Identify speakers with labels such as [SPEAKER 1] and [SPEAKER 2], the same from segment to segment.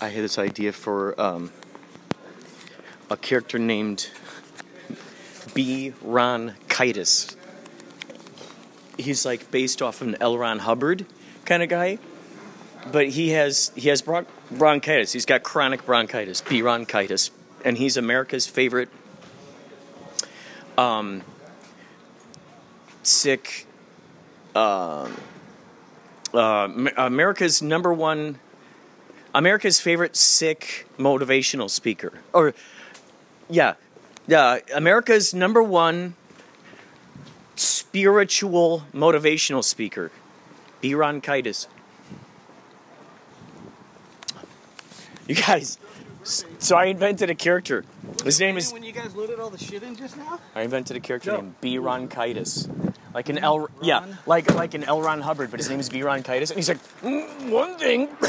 [SPEAKER 1] I had this idea for um, a character named B. Ron Kitus. He's like based off of an L. Ron Hubbard kind of guy, but he has he has bron- bronchitis. He's got chronic bronchitis, B. Ronchitis, and he's America's favorite um, sick. um uh, M- America's number one, America's favorite sick motivational speaker, or yeah, yeah, America's number one spiritual motivational speaker, B. Ron Kitus. You guys, s- so I invented a character. His name is
[SPEAKER 2] When you guys loaded all the shit in just now?
[SPEAKER 1] I invented a character
[SPEAKER 2] Joe.
[SPEAKER 1] named B. Ron Kitus. Like an L, yeah, like like an L. Ron Hubbard, but his name is B. Ron Kitus, and he's like, "Mm, one thing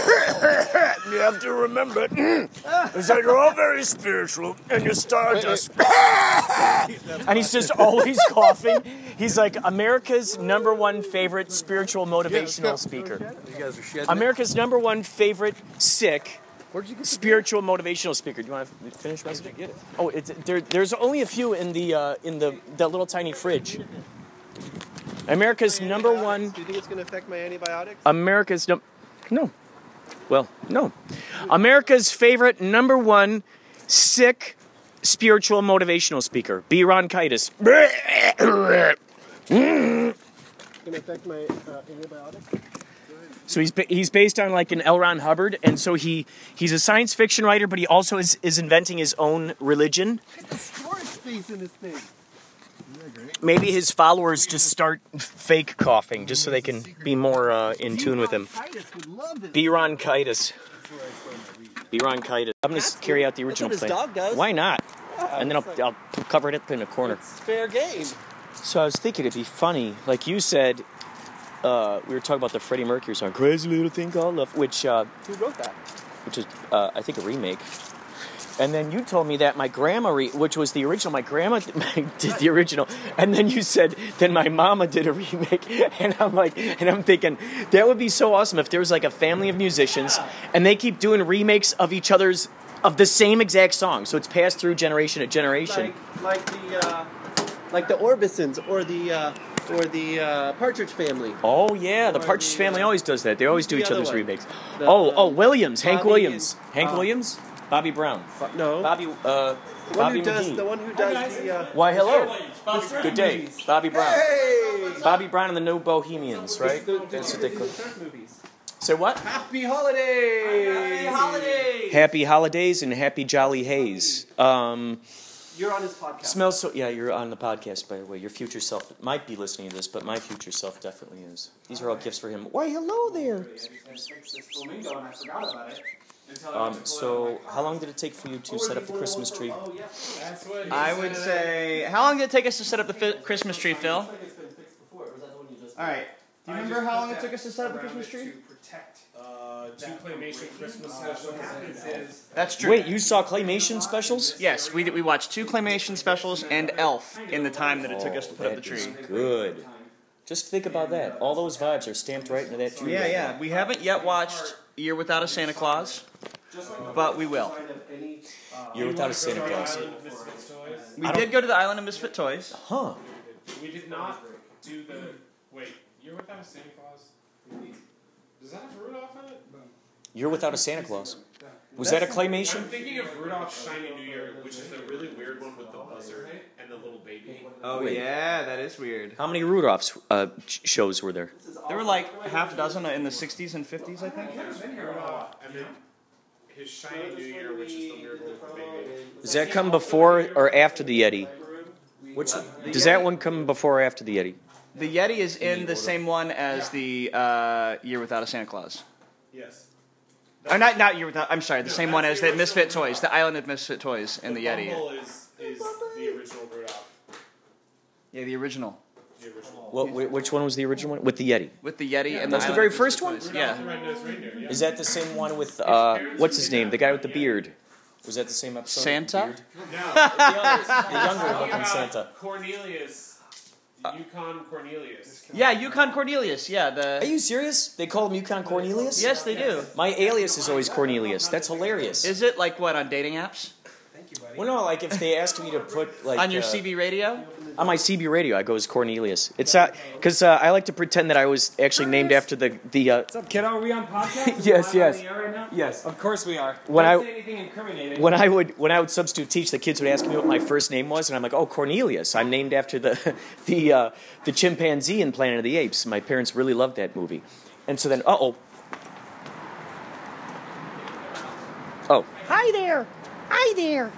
[SPEAKER 1] you have to remember mm, is that you're all very spiritual, and you're stardust. and he's just always coughing. He's like America's number one favorite spiritual motivational speaker.
[SPEAKER 2] You guys are shedding.
[SPEAKER 1] America's number one favorite sick
[SPEAKER 2] Where'd you get the
[SPEAKER 1] spiritual motivational speaker. Do you want to finish my
[SPEAKER 2] get it?
[SPEAKER 1] Oh, it's, there, there's only a few in the uh, in the that little tiny fridge. America's number one. Uh,
[SPEAKER 2] Do you think it's gonna affect my antibiotics?
[SPEAKER 1] America's num- no. Well, no. America's favorite number one sick spiritual motivational speaker, B. Ron Kitus.
[SPEAKER 2] It's gonna affect my uh, antibiotics?
[SPEAKER 1] So he's ba- he's based on like an L. Ron Hubbard, and so he he's a science fiction writer, but he also is is inventing his own religion.
[SPEAKER 2] Look at the storage space in this thing.
[SPEAKER 1] Maybe his followers just start fake coughing just so they can be more uh, in tune with him.
[SPEAKER 2] Titus would love this.
[SPEAKER 1] B. Ron Kitus. B. Ron Kitus. I'm gonna
[SPEAKER 2] That's
[SPEAKER 1] carry out the
[SPEAKER 2] what- that's
[SPEAKER 1] original
[SPEAKER 2] what his
[SPEAKER 1] thing.
[SPEAKER 2] dog does.
[SPEAKER 1] Why not?
[SPEAKER 2] Yeah,
[SPEAKER 1] and then I'll,
[SPEAKER 2] it's like-
[SPEAKER 1] I'll cover it up in a corner.
[SPEAKER 2] It's fair game.
[SPEAKER 1] So I was thinking it'd be funny, like you said, uh, we were talking about the Freddie Mercury song "Crazy Little Thing Called Love," which uh,
[SPEAKER 2] Who wrote that?
[SPEAKER 1] which is uh, I think a remake. And then you told me that my grandma, re- which was the original, my grandma did the original, and then you said then my mama did a remake, and I'm like, and I'm thinking that would be so awesome if there was like a family of musicians, and they keep doing remakes of each other's of the same exact song, so it's passed through generation to generation.
[SPEAKER 2] Like, like the uh, like the Orbisons or the uh, or the uh, Partridge Family.
[SPEAKER 1] Oh yeah, the
[SPEAKER 2] Or
[SPEAKER 1] Partridge
[SPEAKER 2] the,
[SPEAKER 1] Family
[SPEAKER 2] uh,
[SPEAKER 1] always does that. They always do
[SPEAKER 2] the
[SPEAKER 1] each
[SPEAKER 2] other
[SPEAKER 1] other's
[SPEAKER 2] one.
[SPEAKER 1] remakes.
[SPEAKER 2] The,
[SPEAKER 1] oh,
[SPEAKER 2] uh,
[SPEAKER 1] oh, Williams, Hank
[SPEAKER 2] Bobby
[SPEAKER 1] Williams,
[SPEAKER 2] and-
[SPEAKER 1] Hank
[SPEAKER 2] uh,
[SPEAKER 1] Williams, Bobby Brown,
[SPEAKER 2] But no,
[SPEAKER 1] Bobby, uh,
[SPEAKER 2] the one
[SPEAKER 1] Bobby
[SPEAKER 2] who does
[SPEAKER 1] McGee.
[SPEAKER 2] the one who does the. Uh,
[SPEAKER 1] Why hello,
[SPEAKER 2] the surf
[SPEAKER 1] good day,
[SPEAKER 2] movies.
[SPEAKER 1] Bobby Brown,
[SPEAKER 2] Hey!
[SPEAKER 1] Bobby Brown and the New Bohemians, right?
[SPEAKER 2] The- the-
[SPEAKER 1] That's what
[SPEAKER 2] the-
[SPEAKER 1] they
[SPEAKER 2] the
[SPEAKER 1] call.
[SPEAKER 2] surf movies.
[SPEAKER 1] Say what?
[SPEAKER 2] Happy holidays! Happy holidays!
[SPEAKER 1] Happy holidays and happy jolly haze. Um,
[SPEAKER 2] You're on his podcast.
[SPEAKER 1] smells so. Yeah, you're on the podcast by the way. Your future self might be listening to this, but my future self definitely is. These are all gifts for him. Why hello there. Um, so, how long did it take for you to set up the Christmas tree?
[SPEAKER 3] I would say, how long did it take us to set up the fi- Christmas tree, Phil? All right. Do you remember how long it took us to set up the Christmas tree?
[SPEAKER 4] uh,
[SPEAKER 3] That's true.
[SPEAKER 1] Wait, you saw claymation specials?
[SPEAKER 3] Yes, we, we watched two claymation specials and Elf in the time that it took us to put up the
[SPEAKER 1] That is
[SPEAKER 3] tree.
[SPEAKER 1] good. Just think about that. All those vibes are stamped right into that tree.
[SPEAKER 3] Yeah, yeah. We haven't yet watched Year Without a Santa Claus, but we will.
[SPEAKER 1] You're without a Santa Claus.
[SPEAKER 3] We did go to the Island of Misfit Toys.
[SPEAKER 1] Huh?
[SPEAKER 4] We did not do the. Wait, you're without a Santa Claus? Does that have Rudolph in it?
[SPEAKER 1] You're without a Santa Claus. Was that a
[SPEAKER 4] I'm
[SPEAKER 1] claymation?
[SPEAKER 4] thinking of Rudolph's Shiny New Year, which is the really weird one with the buzzer and the little baby.
[SPEAKER 3] Oh, yeah, that is weird.
[SPEAKER 1] How many Rudolph's uh, sh- shows were there?
[SPEAKER 3] There were like half a dozen in the 60s and 50s, I think.
[SPEAKER 4] Rudolph, and then his Shiny New Year, which is the weird one with the baby.
[SPEAKER 1] Does that come before or after the Yeti? Which does that one come before or after the Yeti?
[SPEAKER 3] The Yeti is in the same one as the uh, Year Without a Santa Claus.
[SPEAKER 4] Yes.
[SPEAKER 3] Or Oh, not, not Year Without. I'm sorry, the same one
[SPEAKER 4] that's
[SPEAKER 3] as
[SPEAKER 4] the
[SPEAKER 3] the Misfit Toys, the Island of Misfit Toys, and the Yeti.
[SPEAKER 4] Bumble is, is the original Rudolph.
[SPEAKER 3] Yeah, the original
[SPEAKER 4] The original.
[SPEAKER 1] What, wh- which one was the original one with the Yeti?
[SPEAKER 3] with the Yeti and the.
[SPEAKER 1] That's the
[SPEAKER 3] Island
[SPEAKER 1] very
[SPEAKER 3] of Misfit
[SPEAKER 1] first one?
[SPEAKER 3] Toys.
[SPEAKER 4] Rudolph the
[SPEAKER 3] Yeah.
[SPEAKER 4] Red-Nosed Reindeer, yeah.
[SPEAKER 1] Is that the same one with uh, what's his name? The guy with the beard. Was that the same episode? with the
[SPEAKER 3] Santa?
[SPEAKER 1] beard?
[SPEAKER 4] No,
[SPEAKER 1] The younger
[SPEAKER 4] talking
[SPEAKER 1] looking
[SPEAKER 4] about
[SPEAKER 1] Santa.
[SPEAKER 4] Cornelius. Yukon Cornelius.
[SPEAKER 5] Yeah, Yukon Cornelius. Yeah, the
[SPEAKER 1] Are you serious? They call him Yukon Cornelius?
[SPEAKER 5] yes, they do.
[SPEAKER 1] My alias is always Cornelius. That's hilarious.
[SPEAKER 5] Is it like what on dating apps?
[SPEAKER 4] Thank you, buddy.
[SPEAKER 1] well, no, like if they asked me to put like
[SPEAKER 5] on your
[SPEAKER 1] uh,
[SPEAKER 5] CB radio?
[SPEAKER 1] on my CB radio, I go as Cornelius. It's uh, because uh, I like to pretend that I was actually named after the the uh,
[SPEAKER 4] What's up, kiddo? Are we on podcast? Is
[SPEAKER 1] Yes,
[SPEAKER 4] it live
[SPEAKER 1] yes.
[SPEAKER 4] on the air right now?
[SPEAKER 1] yes.
[SPEAKER 4] Of course we are.
[SPEAKER 1] When
[SPEAKER 4] Don't
[SPEAKER 1] I-
[SPEAKER 4] say anything incriminating.
[SPEAKER 1] When I would when I would substitute teach, the kids would ask me what my first name was, and I'm like, oh Cornelius. I'm named after the the uh, the chimpanzee in Planet of the Apes. My parents really loved that movie, and so then uh oh. Oh.
[SPEAKER 2] Hi there. Hi there.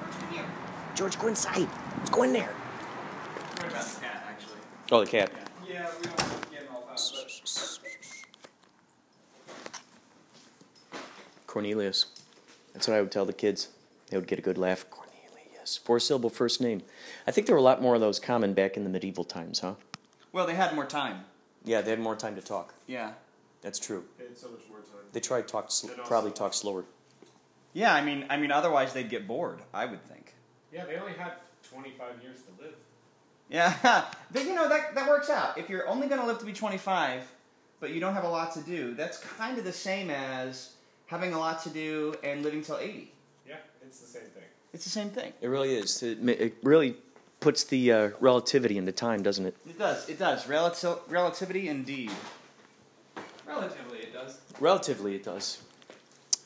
[SPEAKER 1] George, go inside. Let's go in there.
[SPEAKER 5] What about the cat, actually?
[SPEAKER 1] Oh, the cat.
[SPEAKER 4] yeah, we don't get all that.
[SPEAKER 1] Cornelius. That's what I would tell the kids. They would get a good laugh. Cornelius. Four syllable first name. I think there were a lot more of those common back in the medieval times, huh?
[SPEAKER 5] Well, they had more time.
[SPEAKER 1] Yeah, they had more time to talk.
[SPEAKER 5] Yeah.
[SPEAKER 1] That's true.
[SPEAKER 4] They had so much more time.
[SPEAKER 1] They tried talk sl-
[SPEAKER 4] And also-
[SPEAKER 1] probably talk slower.
[SPEAKER 5] Yeah, I mean, I mean, otherwise they'd get bored. I would think.
[SPEAKER 4] Yeah, they only had 25 years to live.
[SPEAKER 5] Yeah, but you know that that works out. If you're only going to live to be 25, but you don't have a lot to do, that's kind of the same as having a lot to do and living till 80.
[SPEAKER 4] Yeah, it's the same thing.
[SPEAKER 5] It's the same thing.
[SPEAKER 1] It really is. It, ma- it really puts the uh, relativity into time, doesn't it?
[SPEAKER 5] It does. It does. Relatil- relativity, indeed.
[SPEAKER 4] Relatively, it does.
[SPEAKER 1] Relatively, it does.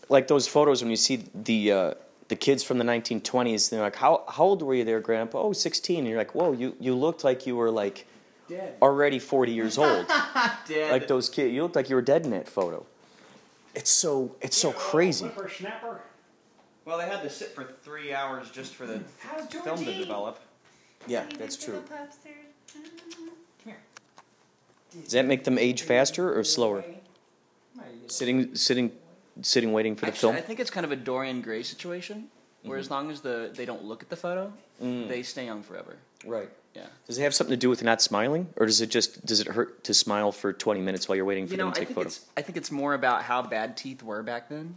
[SPEAKER 1] Like those photos when you see the uh, the kids from the 1920s, they're like, "How how old were you there, Grandpa?" Oh, 16. And you're like, "Whoa, you you looked like you were like already 40 years old."
[SPEAKER 5] Dead.
[SPEAKER 1] like those kids, you looked like you were dead in that photo. It's so it's so crazy.
[SPEAKER 4] Whippersnapper.
[SPEAKER 5] well, they had to sit for three hours just for the
[SPEAKER 4] How's
[SPEAKER 5] film to
[SPEAKER 4] Georgie?
[SPEAKER 5] develop.
[SPEAKER 1] Yeah,
[SPEAKER 6] Can you
[SPEAKER 1] that's
[SPEAKER 6] just do the
[SPEAKER 1] true.
[SPEAKER 6] pups there?
[SPEAKER 1] Does that make them age faster or slower? Sitting sitting sitting waiting for the
[SPEAKER 5] Actually,
[SPEAKER 1] film. Mm-hmm.
[SPEAKER 5] I think it's kind of a Dorian Gray situation, where as long as the they don't look at the photo,
[SPEAKER 1] Mm.
[SPEAKER 5] they stay young forever.
[SPEAKER 1] Right.
[SPEAKER 5] Yeah.
[SPEAKER 1] Does it have something to do with not smiling, or does it just does it hurt to smile for 20 minutes while you're waiting for
[SPEAKER 5] You know,
[SPEAKER 1] them
[SPEAKER 5] I
[SPEAKER 1] to take
[SPEAKER 5] think
[SPEAKER 1] photos?
[SPEAKER 5] it's I think it's more about how bad teeth were back then.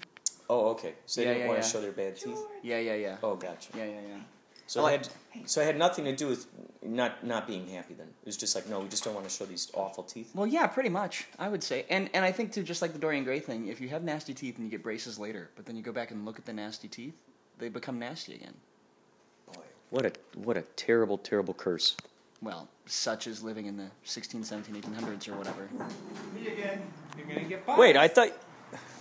[SPEAKER 1] Oh, okay. So they
[SPEAKER 5] Yeah,
[SPEAKER 1] didn't
[SPEAKER 5] yeah,
[SPEAKER 1] want
[SPEAKER 5] yeah.
[SPEAKER 1] to show their bad teeth.
[SPEAKER 5] Yeah, yeah, yeah.
[SPEAKER 1] Oh, gotcha.
[SPEAKER 5] Yeah, yeah, yeah.
[SPEAKER 1] So
[SPEAKER 5] I
[SPEAKER 1] it had so it had nothing to do with not not being happy. Then it was just like, no, we just don't want to show these awful teeth.
[SPEAKER 5] Well, yeah, pretty much, I would say. And and I think too, just like the Dorian Gray thing, if you have nasty teeth and you get braces later, but then you go back and look at the nasty teeth, they become nasty again.
[SPEAKER 1] What a what a terrible terrible curse.
[SPEAKER 5] Well, such as living in the 16, 17, 1800s or whatever.
[SPEAKER 4] Me again. You're gonna get bumped.
[SPEAKER 1] Wait, I thought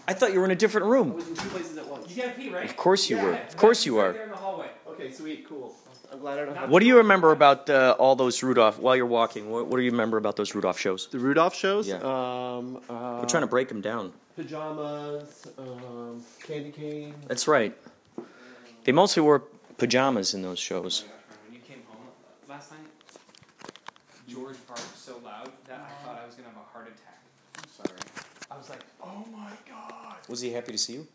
[SPEAKER 1] I thought you were in a different
[SPEAKER 7] I
[SPEAKER 1] room.
[SPEAKER 7] was in two places at once.
[SPEAKER 4] You gotta pee, right?
[SPEAKER 1] Of course you were. Of course you
[SPEAKER 4] right
[SPEAKER 1] are.
[SPEAKER 4] There in the hallway.
[SPEAKER 7] Okay, sweet, cool. I'm glad I don't have.
[SPEAKER 1] What do you remember about uh, all those Rudolph while you're walking? What, what do you remember about those Rudolph shows?
[SPEAKER 7] The Rudolph shows.
[SPEAKER 1] Yeah.
[SPEAKER 7] Um, uh,
[SPEAKER 1] We're trying to break them down.
[SPEAKER 7] pajamas, um, candy cane.
[SPEAKER 1] That's right. They mostly wore pajamas in those shows.
[SPEAKER 8] When you came home last night, George barked so loud that I thought I was gonna have a heart attack. I'm sorry. I was like, oh my god.
[SPEAKER 1] Was he happy to see you?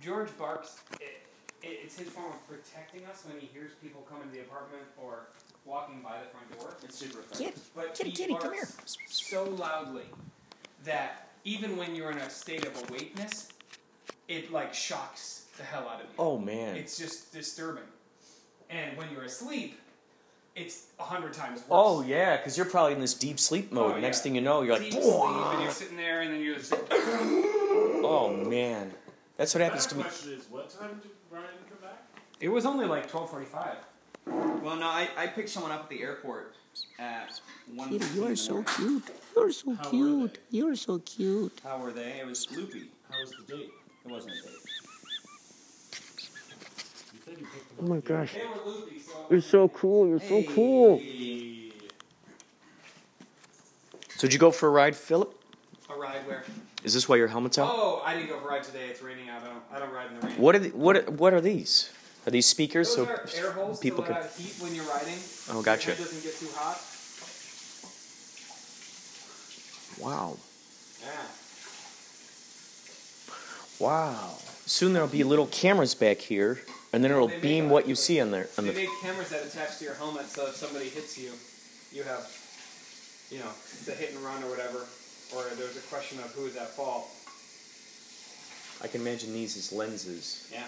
[SPEAKER 8] George barks. It, it, it's his form of protecting us when he hears people come into the apartment or walking by the front door. It's super effective. But
[SPEAKER 2] kitty,
[SPEAKER 8] he
[SPEAKER 2] kitty, come
[SPEAKER 8] barks So loudly that even when you're in a state of awakeness, it like shocks the hell out of you.
[SPEAKER 1] Oh man.
[SPEAKER 8] It's just disturbing. And when you're asleep, it's a hundred times worse.
[SPEAKER 1] Oh yeah, because you're probably in this deep sleep mode.
[SPEAKER 8] Oh,
[SPEAKER 1] Next
[SPEAKER 8] yeah.
[SPEAKER 1] thing you know, you're like,
[SPEAKER 8] Deep sleep, and you're sitting there, and then you're just
[SPEAKER 1] oh man, that's what happens to me.
[SPEAKER 4] question is, what time did Ryan come back?
[SPEAKER 8] It was only like 12:45.
[SPEAKER 5] Well, no, I, I picked someone up at the airport at one.
[SPEAKER 2] Kitty, you are so cute. You're so cute. You're so cute.
[SPEAKER 5] How were they? It was loopy.
[SPEAKER 4] How was the date?
[SPEAKER 5] It wasn't a date.
[SPEAKER 4] You said you picked
[SPEAKER 2] Oh my gosh.
[SPEAKER 8] They were loopy, so
[SPEAKER 2] You're so cool. You're so cool.
[SPEAKER 1] So did you go for a ride, Philip?
[SPEAKER 8] a ride where?
[SPEAKER 1] Is this why your helmet's out?
[SPEAKER 8] Oh, I didn't go for a ride today. It's raining out. I don't. I don't ride in the rain.
[SPEAKER 1] What are the, what are- what are these? Are these speakers
[SPEAKER 8] Those
[SPEAKER 1] so
[SPEAKER 8] are air holes
[SPEAKER 1] people
[SPEAKER 8] to let
[SPEAKER 1] can?
[SPEAKER 8] out heat when you're riding.
[SPEAKER 1] Oh, gotcha.
[SPEAKER 8] It doesn't get too hot.
[SPEAKER 1] Wow,
[SPEAKER 8] Yeah.
[SPEAKER 1] wow. Soon there'll be little cameras back here, and then it'll
[SPEAKER 8] They make
[SPEAKER 1] beam what you see on there. On
[SPEAKER 8] They
[SPEAKER 1] the,
[SPEAKER 8] make cameras that attach to your helmet, so if somebody hits you, you have, you know, it's a hit and run or whatever, or there's a question of who is at fault.
[SPEAKER 1] I can imagine these as lenses.
[SPEAKER 8] Yeah.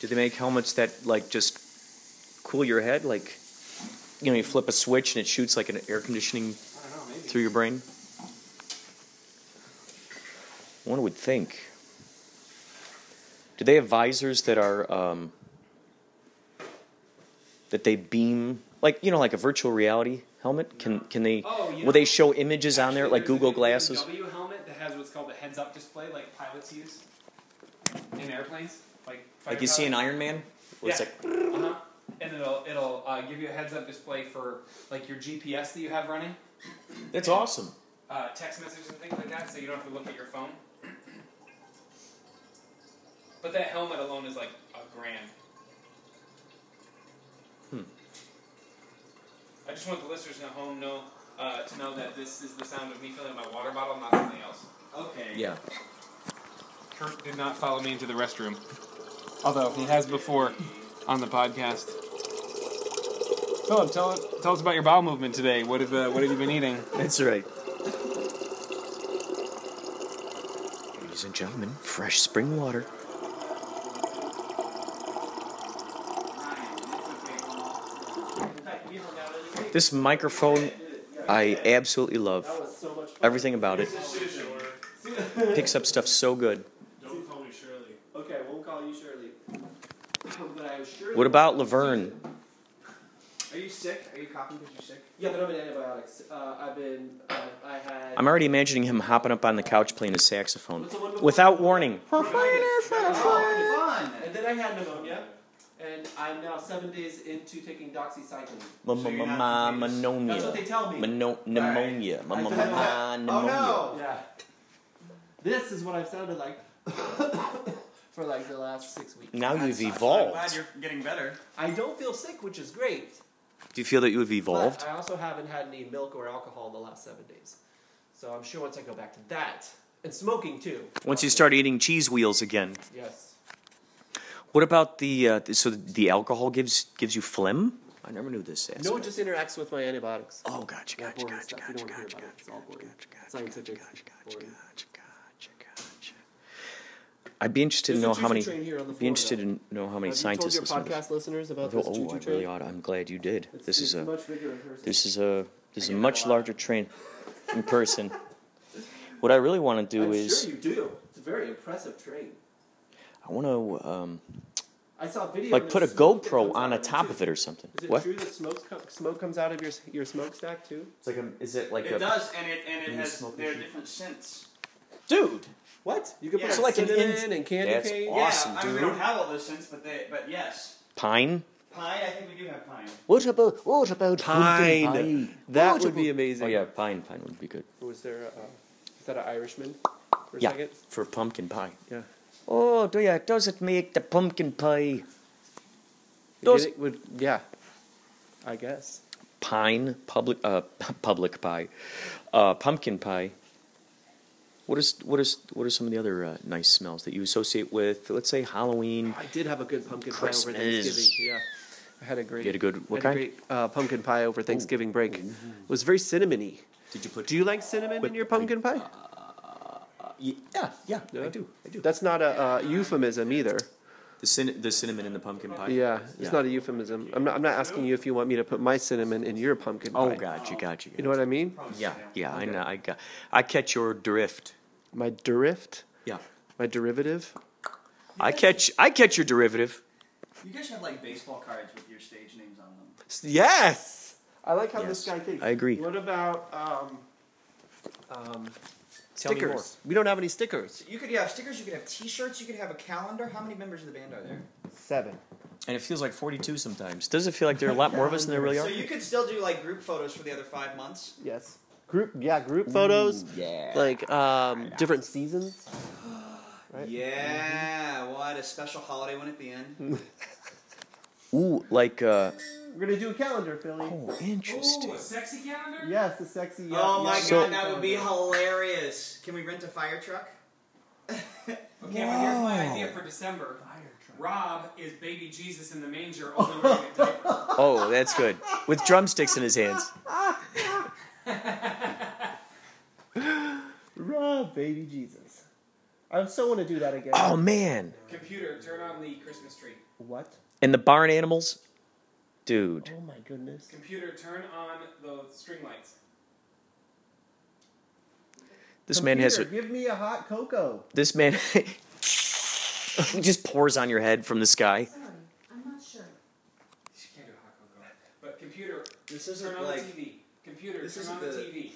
[SPEAKER 1] Do they make helmets that like just cool your head? Like, you know, you flip a switch and it shoots like an air conditioning
[SPEAKER 8] I don't know, maybe.
[SPEAKER 1] through your brain? One would think. Do they have visors that are um, that they beam like you know like a virtual reality helmet? Can can they
[SPEAKER 8] Oh, you
[SPEAKER 1] will
[SPEAKER 8] know-
[SPEAKER 1] they show images on there like
[SPEAKER 8] There's a
[SPEAKER 1] Google
[SPEAKER 8] new
[SPEAKER 1] glasses?
[SPEAKER 8] BMW helmet that has what's called a heads up display, like pilots use in airplanes. Like,
[SPEAKER 1] Like you see
[SPEAKER 8] in
[SPEAKER 1] in Iron Man? Where It's
[SPEAKER 8] Yeah.
[SPEAKER 1] like
[SPEAKER 8] Uh-huh. And it'll it'll uh, give you a heads up display for like your GPS that you have running,
[SPEAKER 1] that's awesome.
[SPEAKER 8] uh, text messages and things like that, so you don't have to look at your phone. But that helmet alone is like a grand. I just want the listeners at home know uh, to know that this is the sound of me filling my water bottle, not something else.
[SPEAKER 3] Okay.
[SPEAKER 1] Yeah.
[SPEAKER 8] Kirk did not follow me into the restroom, although he has before on the podcast. Philip, tell, tell us about your bowel movement today. What have uh, what have you been eating?
[SPEAKER 1] That's right. Ladies and gentlemen, fresh spring water. This microphone, I absolutely love everything about it.
[SPEAKER 4] Shirley.
[SPEAKER 1] Picks up stuff so good.
[SPEAKER 4] Don't call me Shirley.
[SPEAKER 5] Okay, we'll call you Shirley. but I was Shirley.
[SPEAKER 1] What about Laverne?
[SPEAKER 3] Are you sick? Are you coughing because you're sick?
[SPEAKER 5] Yeah, but I'm in antibiotics. Uh, I've been. Uh, I had.
[SPEAKER 1] I'm already imagining him hopping up on the couch playing his saxophone
[SPEAKER 5] What's the one before-
[SPEAKER 1] without warning.
[SPEAKER 3] Oh, fun.
[SPEAKER 5] And then I had pneumonia, and I'm now seven days into taking doxycycline. That's what they
[SPEAKER 1] Pneumonia.
[SPEAKER 5] tell me.
[SPEAKER 1] Mono- Pneumonia. Ma- ma- ma- ma-
[SPEAKER 3] Oh
[SPEAKER 1] Pneumonia.
[SPEAKER 3] no.
[SPEAKER 5] Yeah. This is what I've sounded like for like the last six weeks.
[SPEAKER 1] Now you've
[SPEAKER 3] I'm glad
[SPEAKER 1] evolved.
[SPEAKER 3] you're getting better.
[SPEAKER 5] I don't feel sick, which is great.
[SPEAKER 1] Do you feel that you have
[SPEAKER 5] but
[SPEAKER 1] evolved?
[SPEAKER 5] I also haven't had any milk or alcohol in the last seven days. So I'm sure once I go back to that, and smoking too.
[SPEAKER 1] Once you start eating cheese wheels again.
[SPEAKER 5] Yes.
[SPEAKER 1] What about the uh, so the alcohol gives gives you phlegm? I never knew this. aspect.
[SPEAKER 5] No, it just interacts with my antibiotics.
[SPEAKER 1] oh, gotcha,
[SPEAKER 5] Yeah,
[SPEAKER 1] gotcha,
[SPEAKER 5] boring
[SPEAKER 1] gotcha,
[SPEAKER 5] stuff.
[SPEAKER 1] gotcha,
[SPEAKER 5] You
[SPEAKER 1] gotcha,
[SPEAKER 5] don't wanna hear
[SPEAKER 1] gotcha, gotcha,
[SPEAKER 5] about it. It's all
[SPEAKER 1] gotcha,
[SPEAKER 5] boring.
[SPEAKER 1] gotcha, gotcha, gotcha,
[SPEAKER 5] Scientific boring.
[SPEAKER 1] gotcha, gotcha, gotcha. I'd be interested to know how many. Be interested to know how many
[SPEAKER 5] Have
[SPEAKER 1] scientists
[SPEAKER 5] you
[SPEAKER 1] listen
[SPEAKER 5] told
[SPEAKER 1] to
[SPEAKER 5] your
[SPEAKER 1] this.
[SPEAKER 5] podcast listeners about
[SPEAKER 1] Oh,
[SPEAKER 5] this choo-choo
[SPEAKER 1] I
[SPEAKER 5] train?
[SPEAKER 1] really ought. I'm glad you did.
[SPEAKER 5] It's-
[SPEAKER 1] This
[SPEAKER 5] it's
[SPEAKER 1] is a
[SPEAKER 5] much bigger in person.
[SPEAKER 1] this is a this is a much larger train in person. What I really want to do
[SPEAKER 5] I'm
[SPEAKER 1] is
[SPEAKER 5] sure you do. It's a very impressive train.
[SPEAKER 1] I want to um,
[SPEAKER 5] I saw a video.
[SPEAKER 1] like
[SPEAKER 5] and
[SPEAKER 1] put a
[SPEAKER 5] there's smoke that
[SPEAKER 1] GoPro
[SPEAKER 5] comes
[SPEAKER 1] on
[SPEAKER 5] out
[SPEAKER 1] the
[SPEAKER 5] it,
[SPEAKER 1] top
[SPEAKER 5] too.
[SPEAKER 1] of it or something.
[SPEAKER 5] Is it
[SPEAKER 1] What?
[SPEAKER 5] true that smoke co- smoke comes out of your your smokestack too?
[SPEAKER 1] It's like a, is it like
[SPEAKER 3] It does, and it and it
[SPEAKER 1] And you
[SPEAKER 3] has
[SPEAKER 1] smoke
[SPEAKER 3] there are
[SPEAKER 1] machine.
[SPEAKER 3] different scents.
[SPEAKER 1] dude?
[SPEAKER 5] What? You can
[SPEAKER 3] Yeah,
[SPEAKER 5] put
[SPEAKER 3] so
[SPEAKER 1] like an
[SPEAKER 5] cinnamon
[SPEAKER 1] in-
[SPEAKER 5] and candy
[SPEAKER 1] That's
[SPEAKER 5] cane.
[SPEAKER 1] Awesome,
[SPEAKER 3] yeah, I mean, we
[SPEAKER 1] dude.
[SPEAKER 3] don't have all those scents, but they but yes,
[SPEAKER 1] Pine.
[SPEAKER 3] pine. I think we do have pine.
[SPEAKER 9] What about what about
[SPEAKER 1] Pine.
[SPEAKER 9] pumpkin pie?
[SPEAKER 5] That
[SPEAKER 9] What
[SPEAKER 5] would be
[SPEAKER 9] about-
[SPEAKER 5] amazing.
[SPEAKER 1] Oh yeah, pine. Pine would be good.
[SPEAKER 5] Was there? Uh, is that an Irishman? For a
[SPEAKER 1] Yeah,
[SPEAKER 5] second.
[SPEAKER 1] for pumpkin pie.
[SPEAKER 5] Yeah.
[SPEAKER 9] Oh dear, does it make the pumpkin pie?
[SPEAKER 5] He
[SPEAKER 1] Those-
[SPEAKER 5] did it with- yeah. I guess.
[SPEAKER 1] Pine public uh public pie, uh pumpkin pie. What is what is what are some of the other uh, nice smells that you associate with? Let's say Halloween.
[SPEAKER 5] I did have a good pumpkin pie over
[SPEAKER 1] Christmas.
[SPEAKER 5] Thanksgiving. Yeah. I had a great.
[SPEAKER 1] You had a good- Mm-hmm. what
[SPEAKER 5] had
[SPEAKER 1] kind?
[SPEAKER 5] A great uh, pumpkin pie over Thanksgiving break. It was very cinnamony.
[SPEAKER 1] Did you put?
[SPEAKER 5] Do you like cinnamon in your pumpkin pie?
[SPEAKER 1] uh, yeah, yeah, I
[SPEAKER 5] Yeah?
[SPEAKER 1] do. I do.
[SPEAKER 5] That's not a uh, euphemism either.
[SPEAKER 1] The cin- the cinnamon in the pumpkin pie.
[SPEAKER 5] Yeah, it's
[SPEAKER 1] Yeah.
[SPEAKER 5] not a euphemism. I'm not, I'm not asking you if you want me to put my cinnamon in your pumpkin pie.
[SPEAKER 1] Oh, got you, got you.
[SPEAKER 5] You know what I mean?
[SPEAKER 1] yeah, yeah. I know. I got. I catch your drift.
[SPEAKER 5] My drift,
[SPEAKER 1] Yeah.
[SPEAKER 5] my derivative.
[SPEAKER 1] I catch. I catch your derivative.
[SPEAKER 3] You guys have like baseball cards with your stage names on them.
[SPEAKER 5] S- Yes! I like how this
[SPEAKER 1] Yes,
[SPEAKER 5] guy thinks.
[SPEAKER 1] I agree.
[SPEAKER 5] What about um, um,
[SPEAKER 1] Tell me more.
[SPEAKER 5] stickers? We don't have any stickers.
[SPEAKER 3] You could have stickers. You could have T-shirts. You could have a calendar. How many members of the band are there?
[SPEAKER 5] Seven.
[SPEAKER 1] And it feels like 42 sometimes. Does it feel like there are a lot more of us than there really
[SPEAKER 3] So
[SPEAKER 1] are?
[SPEAKER 3] you could still do like group photos for the other five months.
[SPEAKER 5] Yes. Group, yeah, group
[SPEAKER 2] Mm-hmm.
[SPEAKER 5] photos.
[SPEAKER 1] Mm, yeah.
[SPEAKER 5] Like um, different seasons. Right?
[SPEAKER 3] Yeah, what a special holiday one at the
[SPEAKER 5] Mm-hmm.
[SPEAKER 3] end.
[SPEAKER 1] Ooh, like, uh,
[SPEAKER 5] We're gonna do a calendar, Philly.
[SPEAKER 1] oh,
[SPEAKER 8] Ooh,
[SPEAKER 1] interesting.
[SPEAKER 8] a sexy calendar?
[SPEAKER 5] Yes, the sexy. yeah,
[SPEAKER 3] oh my
[SPEAKER 5] yeah.
[SPEAKER 1] So-
[SPEAKER 3] god, that would be hilarious. Can we rent a fire truck?
[SPEAKER 8] Okay, well, here's my idea for December. Rob is baby Jesus in the manger, only wearing a diaper.
[SPEAKER 1] Oh, that's good. With drumsticks in his hands.
[SPEAKER 5] Rob, baby Jesus. I so want to do that again.
[SPEAKER 1] Oh, man.
[SPEAKER 8] Computer, turn on the Christmas tree.
[SPEAKER 5] What?
[SPEAKER 1] And the barn animals? Dude.
[SPEAKER 2] Oh my goodness.
[SPEAKER 8] Computer, turn on the string lights.
[SPEAKER 1] This man has a,
[SPEAKER 3] Computer, Give me a hot cocoa.
[SPEAKER 1] this man he just pours on your head from the sky.
[SPEAKER 6] Sorry, I'm not sure.
[SPEAKER 8] She can't do a hot cocoa. But computer,
[SPEAKER 3] This
[SPEAKER 8] turn on the TV. Computer,
[SPEAKER 3] this
[SPEAKER 8] turn
[SPEAKER 3] isn't
[SPEAKER 8] on the,
[SPEAKER 3] the-
[SPEAKER 8] TV.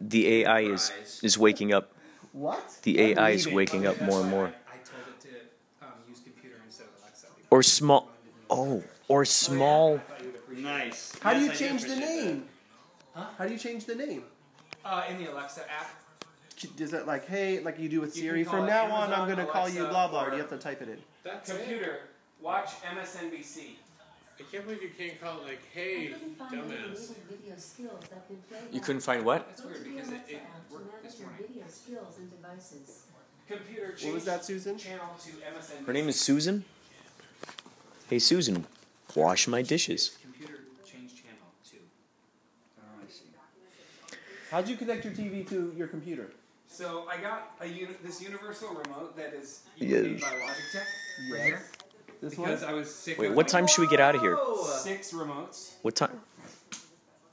[SPEAKER 1] The AI is is waking up.
[SPEAKER 3] What?
[SPEAKER 1] The AI is
[SPEAKER 3] reading.
[SPEAKER 1] waking up
[SPEAKER 8] Okay,
[SPEAKER 1] more
[SPEAKER 8] that's
[SPEAKER 1] and
[SPEAKER 8] why
[SPEAKER 1] more.
[SPEAKER 8] I, I told it to um, use computer instead of Alexa.
[SPEAKER 1] Or small Oh, or small
[SPEAKER 5] Nice. How do you
[SPEAKER 8] Yes, I do
[SPEAKER 5] change the
[SPEAKER 8] appreciate
[SPEAKER 5] name? How do you change the name?
[SPEAKER 8] Uh, in the Alexa app,
[SPEAKER 5] Is it like, hey, like you do with
[SPEAKER 8] You can
[SPEAKER 5] Siri?
[SPEAKER 8] call
[SPEAKER 5] From
[SPEAKER 8] it
[SPEAKER 5] now on,
[SPEAKER 8] Amazon,
[SPEAKER 5] I'm going to call you
[SPEAKER 8] Alexa,
[SPEAKER 5] blah blah. Or do
[SPEAKER 8] or-
[SPEAKER 5] you have to type it in?
[SPEAKER 8] That's computer, watch MSNBC.
[SPEAKER 4] I can't believe you can't call it like, hey,
[SPEAKER 6] Couldn't find any
[SPEAKER 4] dumbass.
[SPEAKER 6] related video skills that can play
[SPEAKER 1] You
[SPEAKER 6] back
[SPEAKER 1] couldn't find what?
[SPEAKER 8] That's
[SPEAKER 6] Go to
[SPEAKER 8] weird
[SPEAKER 6] the
[SPEAKER 8] because it,
[SPEAKER 6] Alexa
[SPEAKER 8] it
[SPEAKER 6] app to
[SPEAKER 8] worked this
[SPEAKER 6] manage your
[SPEAKER 8] morning.
[SPEAKER 6] video skills and devices.
[SPEAKER 8] Computer, change
[SPEAKER 5] What was that, Susan?
[SPEAKER 8] channel to MSNBC.
[SPEAKER 1] Her name is Susan. Hey Susan, wash my dishes.
[SPEAKER 8] Computer, change channel to.
[SPEAKER 3] Oh,
[SPEAKER 5] How'd you connect your TV to your computer?
[SPEAKER 8] So I got a uni- this universal remote that is
[SPEAKER 1] Yes.
[SPEAKER 8] made by Logitech right here
[SPEAKER 5] This
[SPEAKER 8] because
[SPEAKER 5] one?
[SPEAKER 8] I was sick.
[SPEAKER 1] Wait,
[SPEAKER 8] of
[SPEAKER 1] what
[SPEAKER 8] like
[SPEAKER 1] time should we get out of here?
[SPEAKER 8] Six remotes.
[SPEAKER 1] What time?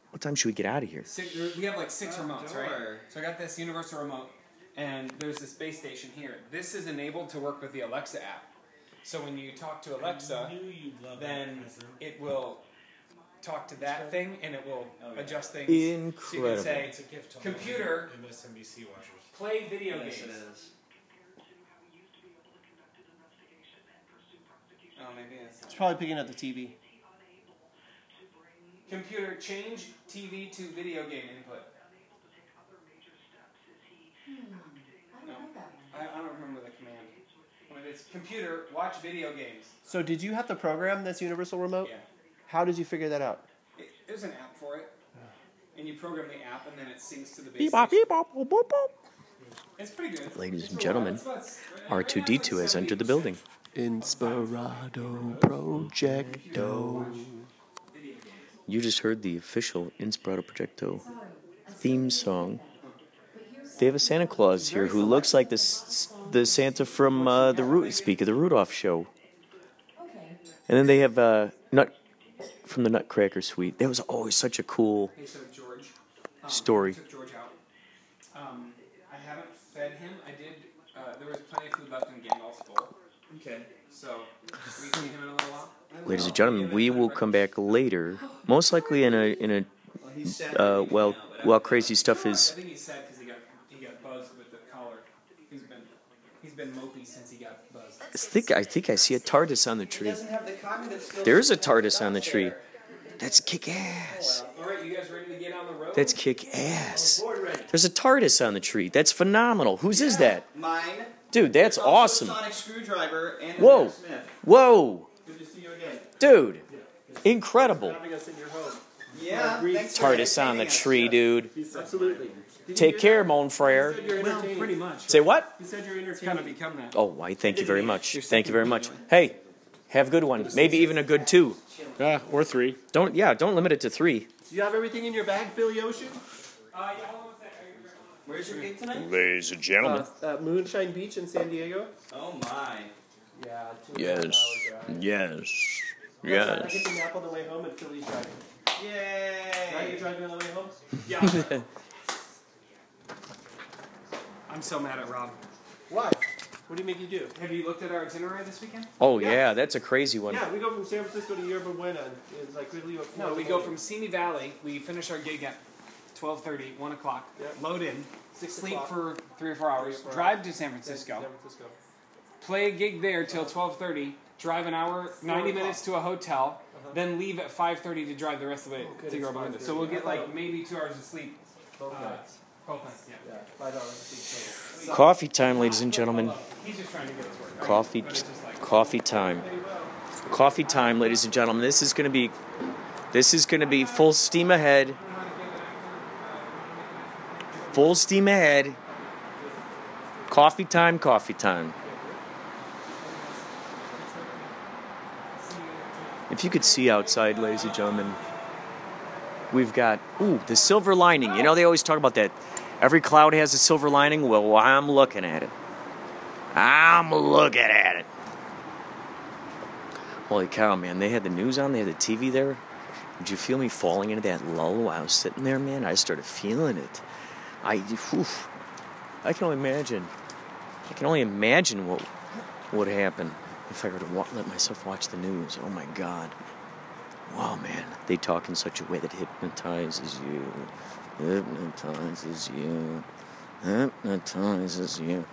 [SPEAKER 1] What time should we get out of here?
[SPEAKER 8] Six, we have like six remotes, right?
[SPEAKER 3] door.
[SPEAKER 8] So I got this universal remote, and there's this base station here. This is enabled to work with the Alexa app. So when you talk to Alexa, then it will talk to that thing, and it will
[SPEAKER 3] Oh,
[SPEAKER 8] adjust things. So you can say,
[SPEAKER 4] It's a gift to all
[SPEAKER 8] Computer.
[SPEAKER 4] the MSNBC watchers.
[SPEAKER 8] play video
[SPEAKER 3] Yes, it
[SPEAKER 8] games.
[SPEAKER 3] is.
[SPEAKER 8] Oh, maybe it's
[SPEAKER 5] It's probably picking up the TV.
[SPEAKER 8] Computer, change TV to video game input.
[SPEAKER 6] I don't like that one.
[SPEAKER 8] I, I don't remember the command. But it's computer, watch video games.
[SPEAKER 5] So did you have to program this universal remote?
[SPEAKER 8] Yeah.
[SPEAKER 5] How did you figure that out?
[SPEAKER 8] It, there's an app for it. And you program the app, and then it syncs to the base.
[SPEAKER 2] Beep bop,
[SPEAKER 8] station.
[SPEAKER 2] beep bop, boop, boop, boop.
[SPEAKER 8] It's pretty good.
[SPEAKER 1] Ladies
[SPEAKER 8] It's
[SPEAKER 1] and
[SPEAKER 8] a
[SPEAKER 1] gentlemen,
[SPEAKER 8] lot. It's about-
[SPEAKER 1] R2D2 has entered the building.
[SPEAKER 5] Inspirado Projecto.
[SPEAKER 1] You just heard the official Inspirato Projecto
[SPEAKER 6] Sorry, I still
[SPEAKER 1] theme
[SPEAKER 6] can't
[SPEAKER 1] song.
[SPEAKER 6] get that. But here's
[SPEAKER 1] They have a Santa Claus here who looks like the s- the Santa from uh, the Ru- Speak of the Rudolph show.
[SPEAKER 6] okay.
[SPEAKER 1] And then they have uh, Nut from the Nutcracker Suite. That was always such a cool.
[SPEAKER 8] Hey, so George. um,
[SPEAKER 1] Story.
[SPEAKER 8] Took George out. Um, I haven't fed him. I did. Uh, there was plenty of food left in Gandalf's bowl,
[SPEAKER 3] Okay.
[SPEAKER 8] so we feed him in a little while.
[SPEAKER 1] Ladies and gentlemen, we will come back later, most likely in a in a
[SPEAKER 3] Well, he's sad
[SPEAKER 1] uh,
[SPEAKER 3] right
[SPEAKER 1] while
[SPEAKER 3] now, but I-
[SPEAKER 1] while crazy stuff
[SPEAKER 8] I
[SPEAKER 1] is.
[SPEAKER 8] think he's sad because he got he got buzzed with the collar. He's been he's been mopey since he got buzzed.
[SPEAKER 1] I think I think I see a TARDIS on the
[SPEAKER 3] He
[SPEAKER 1] tree.
[SPEAKER 3] doesn't have the cognitive skills.
[SPEAKER 1] There is a
[SPEAKER 3] to put
[SPEAKER 1] TARDIS on the
[SPEAKER 3] out
[SPEAKER 1] tree.
[SPEAKER 3] there.
[SPEAKER 1] That's kick ass.
[SPEAKER 8] All right, you guys ready to get on the road?
[SPEAKER 1] That's kick ass.
[SPEAKER 3] Board ready.
[SPEAKER 1] There's a TARDIS on the tree. That's phenomenal. Whose is that?
[SPEAKER 3] Mine.
[SPEAKER 1] Dude, that's
[SPEAKER 3] also a
[SPEAKER 1] awesome.
[SPEAKER 3] Sonic screwdriver and a
[SPEAKER 1] Whoa.
[SPEAKER 3] Matt Smith.
[SPEAKER 1] Whoa,
[SPEAKER 3] Good to see you again.
[SPEAKER 1] dude. Incredible.
[SPEAKER 5] Having us in your home.
[SPEAKER 3] Yeah. thanks for
[SPEAKER 1] TARDIS on the
[SPEAKER 3] entertaining us.
[SPEAKER 1] tree, dude.
[SPEAKER 5] Absolutely.
[SPEAKER 1] Take care, Mon Frere.
[SPEAKER 8] well, pretty much.
[SPEAKER 1] Say what?
[SPEAKER 5] You said you're
[SPEAKER 8] It's kind of become that.
[SPEAKER 1] Oh, why, thank you very much. Thank you very much. Hey, have a good one. Maybe even a good two.
[SPEAKER 5] Yeah, or three.
[SPEAKER 1] Don't, yeah, don't limit it to three.
[SPEAKER 5] Do you have everything in your bag, Billy Ocean?
[SPEAKER 8] Uh, yeah, hold on a sec. Are you-
[SPEAKER 3] Where's your gig tonight?
[SPEAKER 1] Ladies and
[SPEAKER 5] Uh,
[SPEAKER 1] gentlemen.
[SPEAKER 5] at Moonshine Beach in San Diego.
[SPEAKER 3] Oh my.
[SPEAKER 5] Yeah.
[SPEAKER 1] Yes. Yes.
[SPEAKER 5] I get to nap on the way home at Philly's Drive. Now you're
[SPEAKER 3] Yay.
[SPEAKER 5] driving on the way home.
[SPEAKER 8] I'm so mad at Rob.
[SPEAKER 5] Why? What do you make you do?
[SPEAKER 8] Have you looked at our itinerary this weekend?
[SPEAKER 1] Oh, yeah, that's a crazy one.
[SPEAKER 5] Yeah, we go from San Francisco to Yerba Buena. and It's like we leave at four
[SPEAKER 8] No,
[SPEAKER 5] in
[SPEAKER 8] we
[SPEAKER 5] the
[SPEAKER 8] go
[SPEAKER 5] morning.
[SPEAKER 8] from Simi Valley. We finish our gig at 12:30, 1 o'clock.
[SPEAKER 5] Yep.
[SPEAKER 8] Load in,
[SPEAKER 5] Six
[SPEAKER 8] sleep
[SPEAKER 5] o'clock.
[SPEAKER 8] for three or four hours,
[SPEAKER 5] Four
[SPEAKER 8] drive to San
[SPEAKER 5] San
[SPEAKER 8] Francisco,
[SPEAKER 5] Francisco. Uh-huh.
[SPEAKER 8] play a gig there till 12:30, drive an hour, 90
[SPEAKER 5] o'clock.
[SPEAKER 8] minutes to a hotel, then leave at 5:30 to drive the rest of the way
[SPEAKER 5] good,
[SPEAKER 8] to
[SPEAKER 5] it's
[SPEAKER 8] Yerba Buena.
[SPEAKER 5] 5:30.
[SPEAKER 8] So we'll get
[SPEAKER 5] I thought-
[SPEAKER 8] like maybe two hours of sleep.
[SPEAKER 5] Both
[SPEAKER 8] Uh,
[SPEAKER 5] nights.
[SPEAKER 8] Both nights, yeah.
[SPEAKER 5] Yeah, five dollars.
[SPEAKER 1] Coffee time, ladies and gentlemen.
[SPEAKER 8] He's just trying to get his work. right?
[SPEAKER 1] Coffee,
[SPEAKER 8] But it's just like-
[SPEAKER 1] coffee time. Coffee time, ladies and gentlemen. This is going to be, this is going to be full steam ahead. Full steam ahead. Coffee time, coffee time. If you could see outside, ladies and gentlemen, we've got ooh the silver lining. You know they always talk about that. Every cloud has a silver lining. Well, I'm looking at it. I'm looking at it. Holy cow, man! They had the news on. They had the TV there. Did you feel me falling into that lull while I was sitting there, man? I started feeling it. I, oof, I can only imagine. I can only imagine what would happen if I were to wa- let myself watch the news. Oh my God. Wow, man. They talk in such a way that hypnotizes you. Hypnotizes you. Hypnotizes you.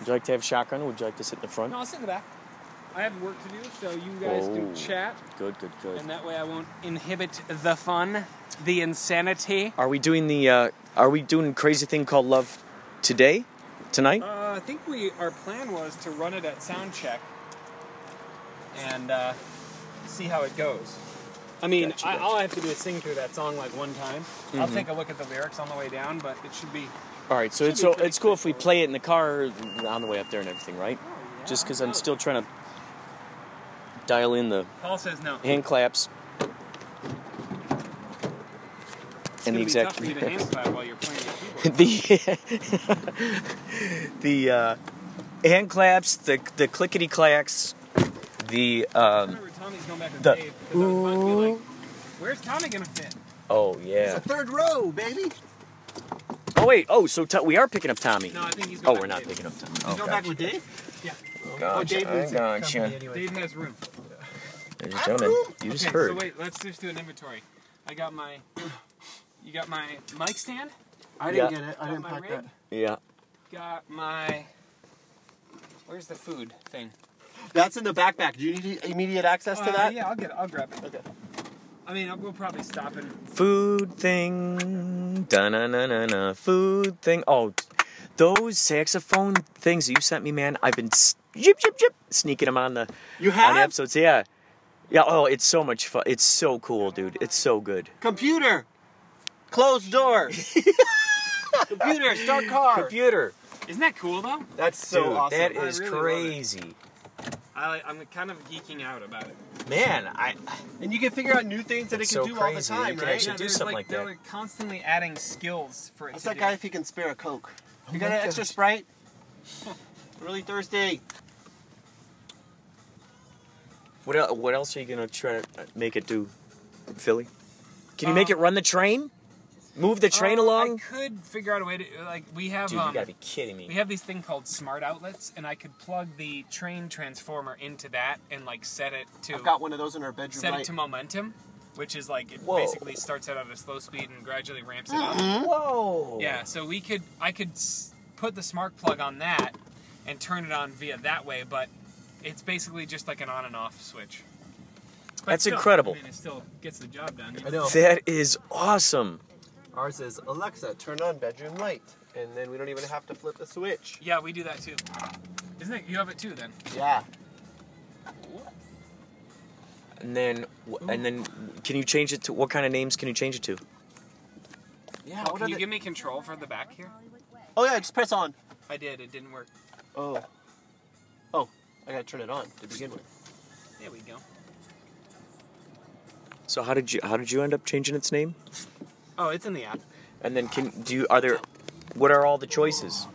[SPEAKER 1] Would you like to have shotgun? Would you like to sit in the front?
[SPEAKER 8] No, I'll sit in the back. I have work to do, so you guys
[SPEAKER 1] Oh.
[SPEAKER 8] can chat,
[SPEAKER 1] Good, good, good.
[SPEAKER 8] and that way I won't inhibit the fun, the insanity.
[SPEAKER 1] Are we doing the? Uh, are we doing crazy thing called love today, tonight?
[SPEAKER 8] Uh, I think we our plan was to run it at sound check and uh, see how it goes. I mean,
[SPEAKER 1] Gotcha,
[SPEAKER 8] I,
[SPEAKER 1] gotcha.
[SPEAKER 8] all I have to do is sing through that song like one time. I'll take a look at the lyrics on the way down, but it should be.
[SPEAKER 1] All right, so
[SPEAKER 8] Should
[SPEAKER 1] it's
[SPEAKER 8] be
[SPEAKER 1] so
[SPEAKER 8] pretty
[SPEAKER 1] it's cool if we play it in the car on the way up there and everything, right?
[SPEAKER 8] Oh,
[SPEAKER 1] Just because I'm still trying to dial in the
[SPEAKER 8] Paul says no.
[SPEAKER 1] hand claps
[SPEAKER 8] It's
[SPEAKER 1] and the
[SPEAKER 8] gonna be
[SPEAKER 1] exact
[SPEAKER 8] tough for you to hand clap while you're playing your keyboard.
[SPEAKER 1] the the uh, hand claps, the the clickety clacks, the
[SPEAKER 8] I
[SPEAKER 1] um,
[SPEAKER 8] remember Tommy's going back to
[SPEAKER 1] The-
[SPEAKER 8] Dave because I was about to be like, "Where's Tommy gonna fit?"
[SPEAKER 1] oh yeah.
[SPEAKER 5] Third row, baby.
[SPEAKER 1] Oh wait, oh so t- we are picking up Tommy.
[SPEAKER 8] No, I think he's
[SPEAKER 1] oh,
[SPEAKER 8] going.
[SPEAKER 1] we're not
[SPEAKER 8] back to Dave.
[SPEAKER 1] picking up Tommy. Oh,
[SPEAKER 5] Go
[SPEAKER 1] gotcha.
[SPEAKER 5] back with Dave. Oh,
[SPEAKER 1] Gotcha,
[SPEAKER 5] Dave
[SPEAKER 1] I
[SPEAKER 5] leads it.
[SPEAKER 1] gotcha.
[SPEAKER 5] Anyway.
[SPEAKER 8] Dave has room.
[SPEAKER 1] Ladies and gentlemen, you just
[SPEAKER 8] okay,
[SPEAKER 1] heard.
[SPEAKER 8] so wait, let's just do an inventory. I got my. You got my mic stand.
[SPEAKER 5] I didn't
[SPEAKER 1] Yeah.
[SPEAKER 5] get it. I
[SPEAKER 8] got
[SPEAKER 5] didn't
[SPEAKER 8] my
[SPEAKER 5] pack
[SPEAKER 8] rig.
[SPEAKER 5] that.
[SPEAKER 1] Yeah.
[SPEAKER 8] Got my. Where's the food thing?
[SPEAKER 5] That's in the backpack. Do you need immediate access to
[SPEAKER 8] Uh,
[SPEAKER 5] that?
[SPEAKER 8] Yeah, I'll get. It. I'll grab it. Okay. I mean, I'll- we'll probably stop and
[SPEAKER 1] Food thing. Da na na na na. Food thing. Oh, those saxophone things that you sent me, man. I've been s- jip jip jip sneaking them on the
[SPEAKER 5] You
[SPEAKER 1] on
[SPEAKER 5] have
[SPEAKER 1] the episodes. Yeah. Yeah. Oh, it's so much fun. It's so cool, dude. It's so good.
[SPEAKER 5] computer. Closed door. computer. Start car.
[SPEAKER 1] Computer.
[SPEAKER 8] Isn't that cool though?
[SPEAKER 5] That's so
[SPEAKER 1] Dude,
[SPEAKER 5] awesome.
[SPEAKER 1] that
[SPEAKER 8] I
[SPEAKER 1] is
[SPEAKER 8] really love it.
[SPEAKER 1] crazy.
[SPEAKER 8] I, like- I'm kind of geeking out about it.
[SPEAKER 1] Man, I
[SPEAKER 5] and you can figure out new things that it
[SPEAKER 1] It's
[SPEAKER 5] can
[SPEAKER 1] so
[SPEAKER 5] do
[SPEAKER 1] crazy.
[SPEAKER 5] all the time,
[SPEAKER 1] You can
[SPEAKER 5] right?
[SPEAKER 1] actually- should do
[SPEAKER 8] there's,
[SPEAKER 1] something like
[SPEAKER 8] they're
[SPEAKER 1] that.
[SPEAKER 8] like constantly adding skills for it.
[SPEAKER 5] Ask
[SPEAKER 8] to
[SPEAKER 5] that
[SPEAKER 8] do.
[SPEAKER 5] guy if he can spare a Coke. You got
[SPEAKER 1] my
[SPEAKER 5] an extra
[SPEAKER 1] gosh.
[SPEAKER 8] uh,
[SPEAKER 5] Sprite? really thirsty.
[SPEAKER 1] what el- what else are you gonna try to uh, make it do, Philly? Can you make it run the train? Move the train
[SPEAKER 8] Uh,
[SPEAKER 1] along?
[SPEAKER 8] I could figure out a way to like we have.
[SPEAKER 1] Dude, you
[SPEAKER 8] um,
[SPEAKER 1] gotta be kidding me.
[SPEAKER 8] We have these thing called smart outlets, and I could plug the train transformer into that and like set it to
[SPEAKER 5] I've got one of those in our bedroom
[SPEAKER 8] set it
[SPEAKER 5] light.
[SPEAKER 8] to momentum, which is like it
[SPEAKER 1] Whoa.
[SPEAKER 8] basically starts out at a slow speed and gradually ramps it up.
[SPEAKER 5] Hmm? Mm-hmm.
[SPEAKER 1] Whoa.
[SPEAKER 8] Yeah, so we could I could s- put the smart plug on that and turn it on via that way, but it's basically just like an on and off switch. But
[SPEAKER 1] That's
[SPEAKER 8] still,
[SPEAKER 1] incredible.
[SPEAKER 8] I mean, it still gets the job done.
[SPEAKER 5] I know.
[SPEAKER 1] That is awesome.
[SPEAKER 5] Ours is Alexa, turn on bedroom light, and then we don't even have to flip the switch.
[SPEAKER 8] Yeah, we do that too. Isn't it? You have it too then.
[SPEAKER 5] Yeah.
[SPEAKER 1] And then, wh- and then, can you change it to what kind of names can you change it to?
[SPEAKER 5] Yeah.
[SPEAKER 8] Oh,
[SPEAKER 5] what
[SPEAKER 8] can
[SPEAKER 5] are
[SPEAKER 8] you
[SPEAKER 5] the-
[SPEAKER 8] give me control for the back here?
[SPEAKER 5] oh yeah, just press on.
[SPEAKER 8] I did. It didn't work.
[SPEAKER 5] Oh. Oh, I gotta turn it on to begin with.
[SPEAKER 8] There we go.
[SPEAKER 1] So how did you how did you end up changing its name?
[SPEAKER 8] Oh, it's in the app.
[SPEAKER 1] And then can do you are there? What are all the choices?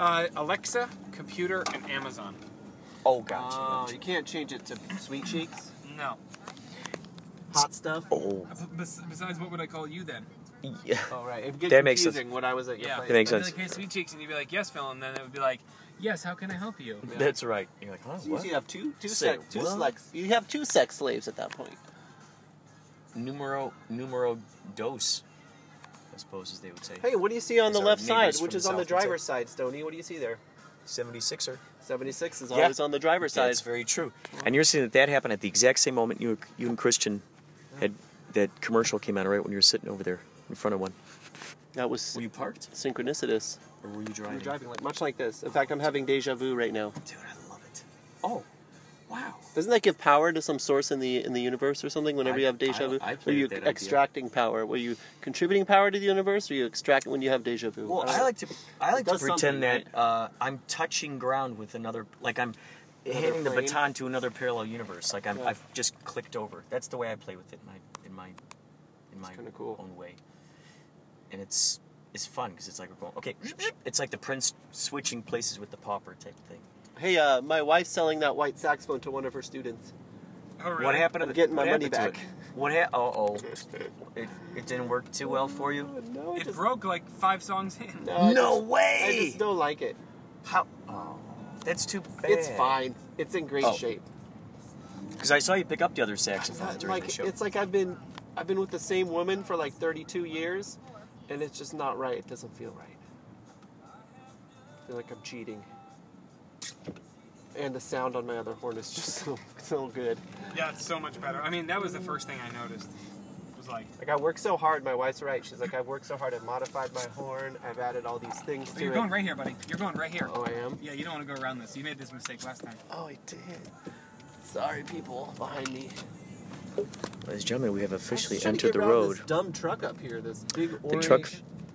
[SPEAKER 8] Uh, Alexa, computer, and Amazon.
[SPEAKER 1] Oh, gotcha.
[SPEAKER 5] Oh, you can't change it to sweet cheeks,
[SPEAKER 8] No.
[SPEAKER 5] hot stuff.
[SPEAKER 1] Oh,
[SPEAKER 8] Uh, Bes- besides, what would I call you then?
[SPEAKER 1] yeah.
[SPEAKER 5] Oh right, it gets
[SPEAKER 1] That makes
[SPEAKER 5] confusing when I was at your
[SPEAKER 8] Yeah.
[SPEAKER 5] place.
[SPEAKER 1] That makes
[SPEAKER 8] I'd be
[SPEAKER 1] sense.
[SPEAKER 8] Like, hey, sweet cheeks, and you'd be like, yes, Phil, and then it would be like, yes, how can I help you?
[SPEAKER 5] Yeah.
[SPEAKER 1] That's right. You're like, huh?
[SPEAKER 5] So
[SPEAKER 1] What?
[SPEAKER 5] You have two, two
[SPEAKER 1] Say
[SPEAKER 5] sex, two
[SPEAKER 1] what?
[SPEAKER 5] sex. You have two sex slaves at that point.
[SPEAKER 1] Numero numero dos, I suppose as they would say.
[SPEAKER 5] Hey, what do you see on
[SPEAKER 1] These
[SPEAKER 5] the
[SPEAKER 1] are
[SPEAKER 5] left
[SPEAKER 1] neighbors
[SPEAKER 5] side,
[SPEAKER 1] from
[SPEAKER 5] which
[SPEAKER 1] the
[SPEAKER 5] is on the
[SPEAKER 1] south, that's
[SPEAKER 5] driver's side, Stony? What do you see there?
[SPEAKER 1] 76er.
[SPEAKER 5] 76 is
[SPEAKER 1] er. Yeah.
[SPEAKER 5] always on the driver's side.
[SPEAKER 1] That's very true.
[SPEAKER 5] Mm-hmm.
[SPEAKER 1] And you're saying that that happened at the exact same moment you you and Christian had that commercial came out right when you were sitting over there in front of one.
[SPEAKER 5] That was
[SPEAKER 1] Were you parked
[SPEAKER 5] synchronicitous.
[SPEAKER 1] or were you
[SPEAKER 5] We
[SPEAKER 1] driving?
[SPEAKER 5] We're driving like much like this. In fact, I'm having deja vu right now.
[SPEAKER 1] Dude, I love it.
[SPEAKER 5] Oh,
[SPEAKER 1] Wow.
[SPEAKER 5] doesn't that give power to some source in the in the universe or something? Whenever
[SPEAKER 1] I-
[SPEAKER 5] you have deja
[SPEAKER 1] I-
[SPEAKER 5] vu,
[SPEAKER 1] I
[SPEAKER 5] are
[SPEAKER 1] played
[SPEAKER 5] you
[SPEAKER 1] with that idea.
[SPEAKER 5] extracting power? Were you contributing power to the universe, or you extract when you have deja vu?
[SPEAKER 1] Well,
[SPEAKER 5] don't
[SPEAKER 1] I
[SPEAKER 5] know.
[SPEAKER 1] like to I like to
[SPEAKER 5] does
[SPEAKER 1] pretend
[SPEAKER 5] something,
[SPEAKER 1] that uh, I'm touching ground with another, like I'm handing the
[SPEAKER 5] plane?
[SPEAKER 1] baton to another parallel universe. Like I'm,
[SPEAKER 5] Yeah.
[SPEAKER 1] I've just clicked over. That's the way I play with it in my in my in my
[SPEAKER 5] kinda cool.
[SPEAKER 1] own way. And it's it's fun because it's like we're going okay. It's like the prince switching places with the pauper type thing.
[SPEAKER 5] Hey, uh, my wife's selling that white saxophone to one of her students.
[SPEAKER 8] Oh, really?
[SPEAKER 1] What happened? To
[SPEAKER 5] I'm
[SPEAKER 1] the,
[SPEAKER 5] getting my
[SPEAKER 1] what
[SPEAKER 5] money
[SPEAKER 1] happened to
[SPEAKER 5] back.
[SPEAKER 1] it? What ha- Oh, oh. It, it didn't work too well for you?
[SPEAKER 5] No,
[SPEAKER 8] It broke like five songs in.
[SPEAKER 5] No,
[SPEAKER 1] No
[SPEAKER 5] Uh, I just, I
[SPEAKER 1] way!
[SPEAKER 5] just don't like it.
[SPEAKER 1] How? Oh, that's too bad.
[SPEAKER 5] It's fine. It's in great
[SPEAKER 1] Oh.
[SPEAKER 5] shape.
[SPEAKER 1] Because I saw you pick up the other saxophone
[SPEAKER 5] Not
[SPEAKER 1] during
[SPEAKER 5] like-
[SPEAKER 1] the show.
[SPEAKER 5] It's like I've been, I've been with the same woman for like 32 years, and it's just not right. It doesn't feel right. I feel like I'm cheating. And the sound on my other horn is just so, so good.
[SPEAKER 8] Yeah, it's so much better. I mean, that was the first thing I noticed. Was like,
[SPEAKER 5] Like I worked so hard. My wife's right. She's like, I've worked so hard. I've modified my horn. I've added all these things
[SPEAKER 8] oh,
[SPEAKER 5] to
[SPEAKER 8] you're
[SPEAKER 5] it.
[SPEAKER 8] going right here, buddy. You're going right here.
[SPEAKER 5] Oh, I am.
[SPEAKER 8] Yeah, you don't want to go around this. You made this mistake last time.
[SPEAKER 5] Oh, I did. Sorry, people behind me.
[SPEAKER 1] Ladies and gentlemen, we have
[SPEAKER 5] I
[SPEAKER 1] officially
[SPEAKER 5] was trying to
[SPEAKER 1] entered
[SPEAKER 5] get
[SPEAKER 1] the
[SPEAKER 5] around
[SPEAKER 1] road.
[SPEAKER 5] This dumb truck up here. This big
[SPEAKER 1] The
[SPEAKER 5] orange.
[SPEAKER 1] truck,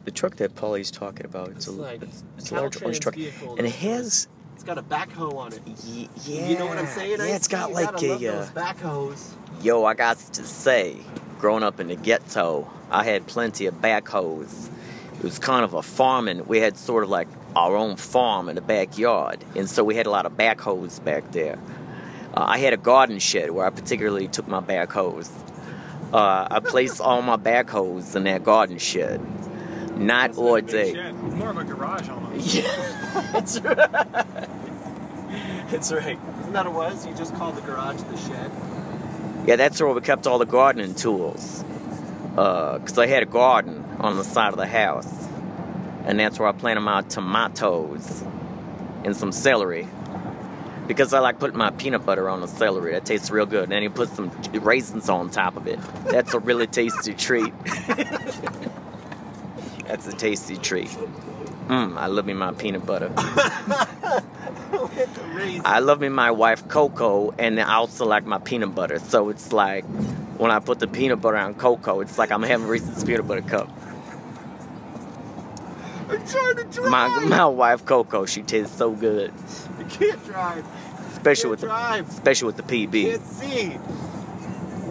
[SPEAKER 1] the truck that Paulie's talking about, it's,
[SPEAKER 5] It's
[SPEAKER 1] a,
[SPEAKER 5] like
[SPEAKER 1] it's a large orange
[SPEAKER 5] Caltrans
[SPEAKER 1] truck,
[SPEAKER 5] vehicle
[SPEAKER 1] and it
[SPEAKER 5] that's like-
[SPEAKER 1] has,
[SPEAKER 5] It's got a backhoe on it.
[SPEAKER 1] y- yeah,
[SPEAKER 5] You know what I'm saying? I
[SPEAKER 1] yeah, it's got
[SPEAKER 5] see,
[SPEAKER 1] like
[SPEAKER 5] gotta love
[SPEAKER 1] a, uh,
[SPEAKER 5] those backhoes.
[SPEAKER 1] Yo, I got to say, growing up in the ghetto, I had plenty of backhoes. It was kind of a farming. We had sort of like our own farm in the backyard, and so we had a lot of backhoes back there. Uh, I had a garden shed where I particularly took my backhoes. Uh, I placed all my backhoes in that garden shed, night or day.
[SPEAKER 8] More of a garage almost.
[SPEAKER 1] Yeah, that's right. That's right.
[SPEAKER 5] Isn't that what it was? You just called the garage the shed.
[SPEAKER 1] Yeah, that's where we kept all the gardening tools. Because I had a garden on the side of the house. And that's where I planted my tomatoes and some celery. Because I like putting my peanut butter on the celery. That tastes real good. And then you put some raisins on top of it. That's a really tasty treat. that's a tasty treat. Mmm, I love me my peanut butter. I love me my wife Coco, and I also like my peanut butter. So it's like when I put the peanut butter on Coco, it's like I'm having Reese's peanut butter cup.
[SPEAKER 5] I'm trying to drive.
[SPEAKER 1] My my wife Coco, she tastes so good,
[SPEAKER 5] I can't drive.
[SPEAKER 1] especially
[SPEAKER 5] Can't
[SPEAKER 1] with the
[SPEAKER 5] drive.
[SPEAKER 1] especially with the PB.
[SPEAKER 5] Can't see.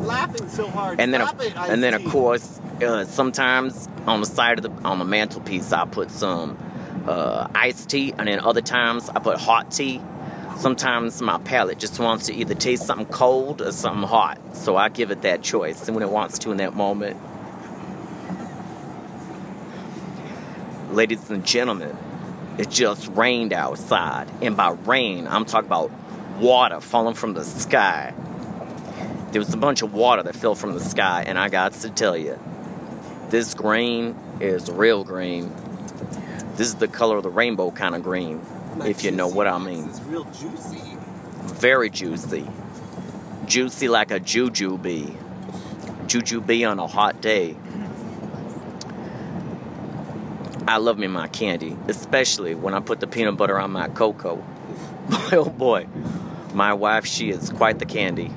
[SPEAKER 5] Laughing so hard.
[SPEAKER 1] And then
[SPEAKER 5] Stop it,
[SPEAKER 1] of,
[SPEAKER 5] I
[SPEAKER 1] and then of
[SPEAKER 5] see.
[SPEAKER 1] course, uh, sometimes on the side of the on the mantelpiece, I put some uh, iced tea, and then other times I put hot tea. Sometimes my palate just wants to either taste something cold or something hot, so I give it that choice, and when it wants to in that moment. Ladies and gentlemen, it just rained outside, and by rain, I'm talking about water falling from the sky. There was a bunch of water that fell from the sky, and I got to tell you, this green is real green. This is the color of the rainbow kind of green,
[SPEAKER 5] My
[SPEAKER 1] if you know
[SPEAKER 5] juicy
[SPEAKER 1] what I
[SPEAKER 5] box
[SPEAKER 1] mean.
[SPEAKER 5] is real juicy.
[SPEAKER 1] Very juicy. Juicy like a juju bee. Juju bee on a hot day. I love me my candy, especially when I put the peanut butter on my cocoa. Boy, oh boy, my wife, she is quite the candy.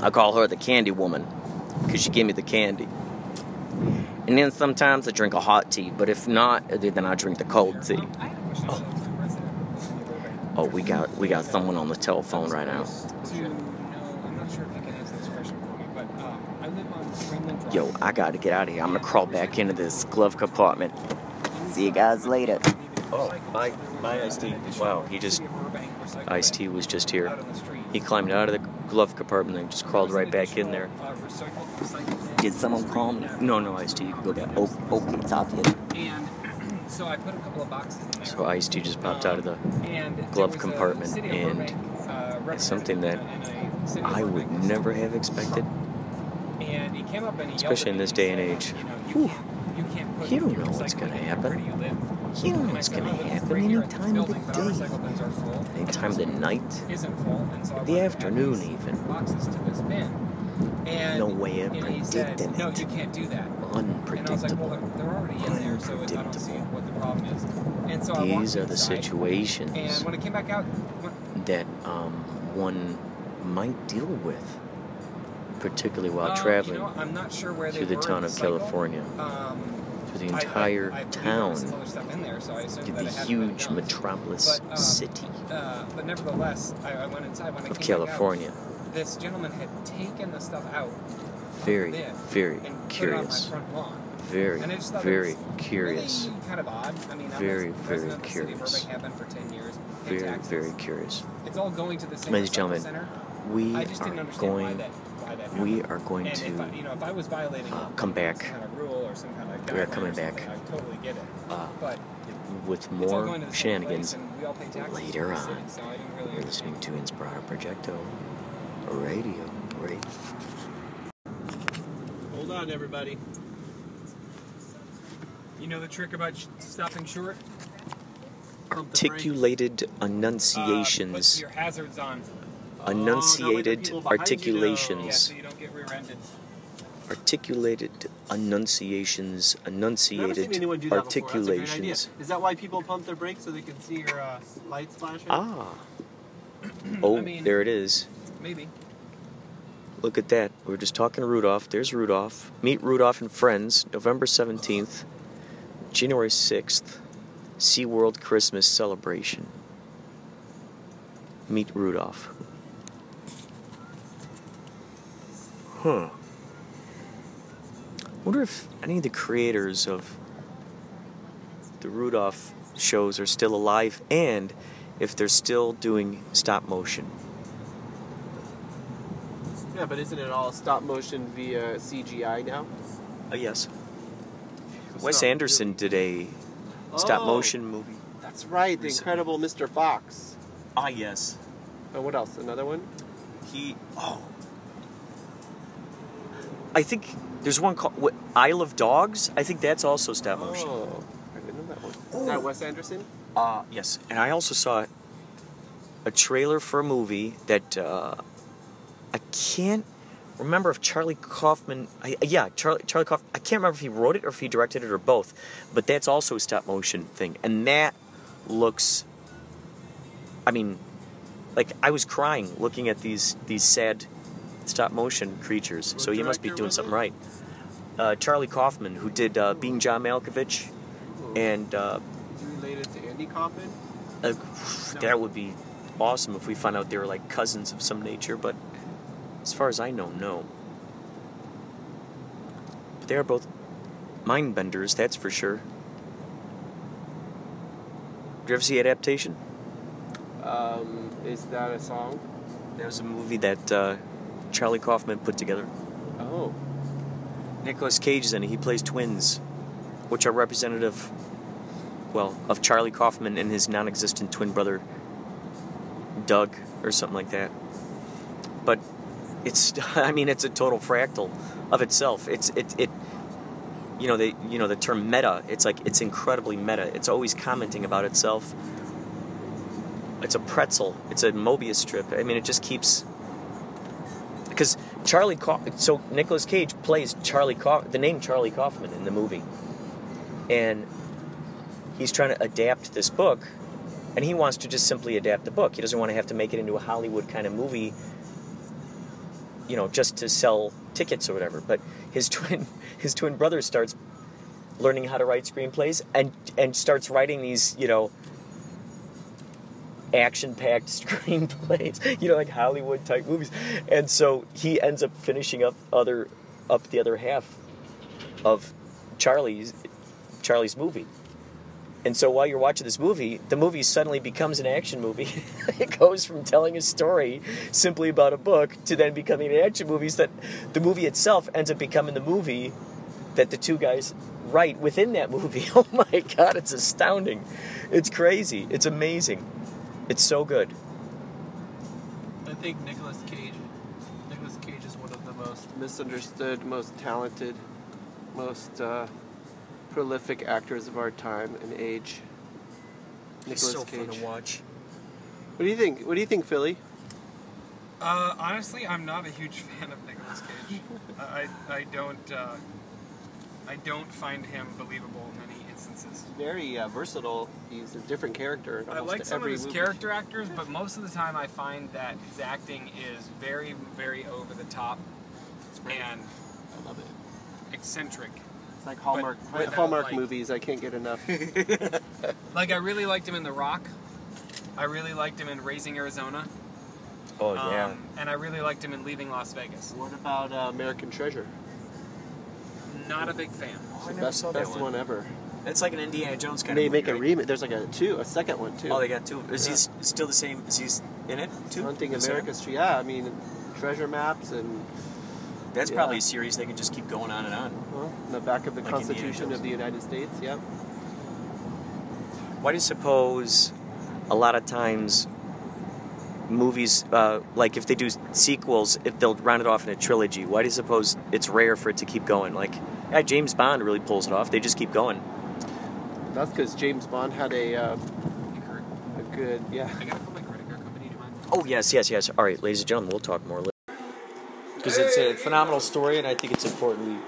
[SPEAKER 1] I call her the candy woman because she give me the candy. And then sometimes I drink a hot tea, but if not, then I drink the cold tea.
[SPEAKER 8] Um, I had a question. Oh.
[SPEAKER 1] Oh, we got we got someone on the telephone right now.
[SPEAKER 8] To know, I'm not sure if you can answer this question for me, but um, I live on Greenland Drive.
[SPEAKER 1] Yo, I gotta get out of here. I'm gonna crawl back into this glove compartment. See you guys later. Oh, my my iced tea. Wow, he just iced tea was just here. He climbed out of the glove compartment and just crawled right back in there. Did someone call me? No, no, iced tea. Go back. Oh, okay, top it.
[SPEAKER 8] And so I put a couple of boxes in there.
[SPEAKER 1] So iced tea just popped out of the.
[SPEAKER 8] and there
[SPEAKER 1] glove
[SPEAKER 8] was a
[SPEAKER 1] compartment
[SPEAKER 8] city of
[SPEAKER 1] and
[SPEAKER 8] Burbank, uh, representative
[SPEAKER 1] something that
[SPEAKER 8] and a city of
[SPEAKER 1] I would
[SPEAKER 8] Burbank
[SPEAKER 1] never have expected.
[SPEAKER 8] and he came up and he yelled
[SPEAKER 1] Especially
[SPEAKER 8] at
[SPEAKER 1] in
[SPEAKER 8] me
[SPEAKER 1] this
[SPEAKER 8] he
[SPEAKER 1] day and age.
[SPEAKER 8] said, You, know,
[SPEAKER 1] Whew.
[SPEAKER 8] you, can't, you can't put
[SPEAKER 1] You don't
[SPEAKER 8] your
[SPEAKER 1] know what's
[SPEAKER 8] recycling
[SPEAKER 1] gonna
[SPEAKER 8] in
[SPEAKER 1] happen.
[SPEAKER 8] Where do you live?
[SPEAKER 1] You don't know
[SPEAKER 8] And I
[SPEAKER 1] what's
[SPEAKER 8] said,
[SPEAKER 1] gonna
[SPEAKER 8] "Oh, look, it's
[SPEAKER 1] happen
[SPEAKER 8] right
[SPEAKER 1] any
[SPEAKER 8] here at this
[SPEAKER 1] time of
[SPEAKER 8] building,
[SPEAKER 1] the
[SPEAKER 8] but our
[SPEAKER 1] day.
[SPEAKER 8] recycle bins are full.
[SPEAKER 1] Any time of the night.
[SPEAKER 8] Isn't full, and so
[SPEAKER 1] The
[SPEAKER 8] I wanted to add
[SPEAKER 1] afternoon
[SPEAKER 8] these
[SPEAKER 1] even.
[SPEAKER 8] Boxes to this bin. And
[SPEAKER 1] No way of
[SPEAKER 8] and he said,
[SPEAKER 1] predicting
[SPEAKER 8] No,
[SPEAKER 1] it.
[SPEAKER 8] you can't do that. And I was like,
[SPEAKER 1] Unpredictable.
[SPEAKER 8] well, they're they're already in there, so I don't see
[SPEAKER 1] Unpredictable.
[SPEAKER 8] what the problem is. And so I walked
[SPEAKER 1] These are the
[SPEAKER 8] inside,
[SPEAKER 1] situations
[SPEAKER 8] And when it came back out, when,
[SPEAKER 1] that um, one might deal with, particularly while
[SPEAKER 8] uh,
[SPEAKER 1] traveling
[SPEAKER 8] you know, I'm not sure where
[SPEAKER 1] through the
[SPEAKER 8] they were in
[SPEAKER 1] town
[SPEAKER 8] the
[SPEAKER 1] of
[SPEAKER 8] cycle.
[SPEAKER 1] California,
[SPEAKER 8] Um,
[SPEAKER 1] through the
[SPEAKER 8] I- I-
[SPEAKER 1] entire
[SPEAKER 8] I believe there
[SPEAKER 1] town,
[SPEAKER 8] was some other stuff in there, so I assumed
[SPEAKER 1] to
[SPEAKER 8] that
[SPEAKER 1] the
[SPEAKER 8] it had been
[SPEAKER 1] huge
[SPEAKER 8] done.
[SPEAKER 1] metropolis
[SPEAKER 8] But, um,
[SPEAKER 1] city
[SPEAKER 8] Uh, but nevertheless, I, I went inside when
[SPEAKER 1] of
[SPEAKER 8] I came back
[SPEAKER 1] California.
[SPEAKER 8] Out, this gentleman had taken the stuff out
[SPEAKER 1] Very,
[SPEAKER 8] there
[SPEAKER 1] very
[SPEAKER 8] and
[SPEAKER 1] curious.
[SPEAKER 8] put it on my front lawn.
[SPEAKER 1] Very,
[SPEAKER 8] and I just thought it
[SPEAKER 1] very
[SPEAKER 8] was
[SPEAKER 1] curious.
[SPEAKER 8] Really kind of odd. I mean,
[SPEAKER 1] Very,
[SPEAKER 8] I was
[SPEAKER 1] very
[SPEAKER 8] resident of the city of
[SPEAKER 1] curious.
[SPEAKER 8] Burbank, have been for ten years. in
[SPEAKER 1] Very,
[SPEAKER 8] Texas.
[SPEAKER 1] very curious.
[SPEAKER 8] It's all going to the same
[SPEAKER 1] Ladies and
[SPEAKER 8] recycle
[SPEAKER 1] gentlemen,
[SPEAKER 8] center.
[SPEAKER 1] We
[SPEAKER 8] I just didn't
[SPEAKER 1] are
[SPEAKER 8] understand why
[SPEAKER 1] going
[SPEAKER 8] that. Why that
[SPEAKER 1] we are going
[SPEAKER 4] And if I,
[SPEAKER 1] to uh,
[SPEAKER 4] you know, if I was violating
[SPEAKER 1] come back
[SPEAKER 4] some kind of rule or some kind of
[SPEAKER 1] We are
[SPEAKER 4] guideline or
[SPEAKER 1] coming back.
[SPEAKER 4] something, I totally get it.
[SPEAKER 1] Uh,
[SPEAKER 4] but
[SPEAKER 1] with
[SPEAKER 4] it's all
[SPEAKER 1] more
[SPEAKER 4] going to the same
[SPEAKER 1] shenanigans
[SPEAKER 4] place and we all pay taxes to
[SPEAKER 1] later
[SPEAKER 4] the city,
[SPEAKER 1] on.
[SPEAKER 4] so I didn't really
[SPEAKER 1] You're listening to Inspirato Projecto Radio. Radio.
[SPEAKER 10] Hold on, everybody.
[SPEAKER 4] You know the trick about sh- stopping short?
[SPEAKER 1] Articulated
[SPEAKER 4] Uh, put
[SPEAKER 1] enunciations.
[SPEAKER 4] your hazards on.
[SPEAKER 1] enunciated
[SPEAKER 10] people behind you know.
[SPEAKER 4] Yeah,
[SPEAKER 1] articulations.
[SPEAKER 4] so you don't get rear-ended.
[SPEAKER 1] Articulated enunciations.
[SPEAKER 5] Never seen
[SPEAKER 1] Enunciated
[SPEAKER 5] anyone do that before. That's a great idea.
[SPEAKER 1] articulations.
[SPEAKER 5] Is that why people pump their brakes so they can see your uh, lights flashing?
[SPEAKER 1] Ah. Oh,
[SPEAKER 5] I mean-
[SPEAKER 1] there it is.
[SPEAKER 4] Maybe.
[SPEAKER 1] Look at that. We were just talking to Rudolph. There's Rudolph. Meet Rudolph and Friends, November 17th, January 6th, SeaWorld Christmas Celebration. Meet Rudolph. Huh. wonder if any of the creators of the Rudolph shows are still alive and if they're still doing stop motion.
[SPEAKER 5] Yeah, but isn't it all stop motion via CGI now?
[SPEAKER 1] Uh, yes. Wes Anderson did a stop
[SPEAKER 5] Oh.
[SPEAKER 1] motion movie.
[SPEAKER 5] That's right, The Incredible Mr. Fox.
[SPEAKER 1] Ah, yes.
[SPEAKER 5] Oh, what else? Another one?
[SPEAKER 1] He. Oh. I think there's one called what, Isle of Dogs. I think that's also stop motion.
[SPEAKER 5] Oh, I didn't know that one. Is that Wes Anderson?
[SPEAKER 1] Uh, yes. And I also saw a trailer for a movie that uh, I can't remember if Charlie Kaufman. I, yeah, Charlie, Charlie Kaufman. I can't remember if he wrote it or if he directed it or both. But that's also a stop motion thing. And that looks. I mean, like, I was crying looking at these, these sad stop motion creatures. so he must be doing something right. Uh, Charlie Kaufman, who did uh, Being John Malkovich and. Uh,
[SPEAKER 5] Is he related to Andy Kaufman?
[SPEAKER 1] uh, that would be awesome if we found out they were like cousins of some nature, but as far as I know, no. But they are both mind benders, that's for sure. Did you ever see Adaptation?
[SPEAKER 5] Um, is that a song?
[SPEAKER 1] That was a movie that uh, Charlie Kaufman put together.
[SPEAKER 5] Oh.
[SPEAKER 1] Nicolas Cage is in it. He plays twins, which are representative, well, of Charlie Kaufman and his non existent twin brother, Doug, or something like that. But it's, I mean, it's a total fractal of itself. It's, it, it, you know, the, you know, the term meta, it's like, it's incredibly meta. It's always commenting about itself. It's a pretzel. It's a Mobius strip. I mean, it just keeps because Charlie Kauf- so Nicolas Cage plays Charlie Kauf- the name Charlie Kaufman in the movie, and he's trying to adapt this book, and he wants to just simply adapt the book. He doesn't want to have to make it into a Hollywood kind of movie, you know, just to sell tickets or whatever. But his twin his twin brother starts learning how to write screenplays and and starts writing these you know action-packed screenplays, you know, like Hollywood-type movies. And so he ends up finishing up other up the other half of Charlie's Charlie's movie. And so while you're watching this movie, the movie suddenly becomes an action movie. it goes from telling a story simply about a book to then becoming an action movie. So that the movie itself ends up becoming the movie that the two guys write within that movie. Oh my god, it's astounding. It's crazy. It's amazing. It's so good.
[SPEAKER 5] I think Nicolas Cage. Nicolas Cage is one of the most misunderstood, most talented, most uh, prolific actors of our time and age. Nicolas Cage.
[SPEAKER 1] watch.
[SPEAKER 5] What do you think? What do you think, Philly?
[SPEAKER 4] Uh, honestly, I'm not a huge fan of Nicolas Cage. I, I I don't uh, I don't find him believable in many instances.
[SPEAKER 5] Very uh, versatile. He's a different character. in
[SPEAKER 4] I
[SPEAKER 5] almost
[SPEAKER 4] like some of
[SPEAKER 5] every
[SPEAKER 4] his
[SPEAKER 5] movie.
[SPEAKER 4] character actors, but most of the time I find that his acting is very, very over the top and
[SPEAKER 5] I love it.
[SPEAKER 4] eccentric.
[SPEAKER 5] It's like Hallmark
[SPEAKER 4] But without,
[SPEAKER 5] Hallmark
[SPEAKER 4] like-
[SPEAKER 5] movies. I can't get enough.
[SPEAKER 4] Like I really liked him in The Rock. I really liked him in Raising Arizona.
[SPEAKER 1] Oh
[SPEAKER 4] Um,
[SPEAKER 1] yeah.
[SPEAKER 4] and I really liked him in Leaving Las Vegas.
[SPEAKER 5] what about uh, American Treasure?
[SPEAKER 4] Not a big fan.
[SPEAKER 1] I never
[SPEAKER 5] best
[SPEAKER 1] saw that
[SPEAKER 5] best
[SPEAKER 1] one.
[SPEAKER 5] one. ever.
[SPEAKER 1] It's like an Indiana Jones kind
[SPEAKER 5] they
[SPEAKER 1] of.
[SPEAKER 5] make
[SPEAKER 1] movie,
[SPEAKER 5] a remake. There's like a two, a second one too.
[SPEAKER 1] right? Oh, they got two. Is he
[SPEAKER 5] Yeah.
[SPEAKER 1] s- still the same? Is he s- in it too?
[SPEAKER 5] Hunting
[SPEAKER 1] The same?
[SPEAKER 5] America's Tre- Yeah, I mean, treasure maps and
[SPEAKER 1] That's
[SPEAKER 5] Yeah.
[SPEAKER 1] probably a series they could just keep going on and on.
[SPEAKER 5] Well, in the back of the
[SPEAKER 1] Like Indiana
[SPEAKER 5] Constitution
[SPEAKER 1] Jones.
[SPEAKER 5] of the United States, yeah.
[SPEAKER 1] Why do you suppose a lot of times movies, uh, like if they do sequels, if they'll round it off in a trilogy? Why do you suppose it's rare for it to keep going? Like, yeah, James Bond really pulls it off. They just keep going.
[SPEAKER 5] That's because James Bond had a uh, a good yeah.
[SPEAKER 4] I gotta call my credit card company. Do you mind?
[SPEAKER 1] Oh, yes, yes, yes. All right, ladies and gentlemen, we'll talk more later. Because it's a phenomenal story, and I think it's important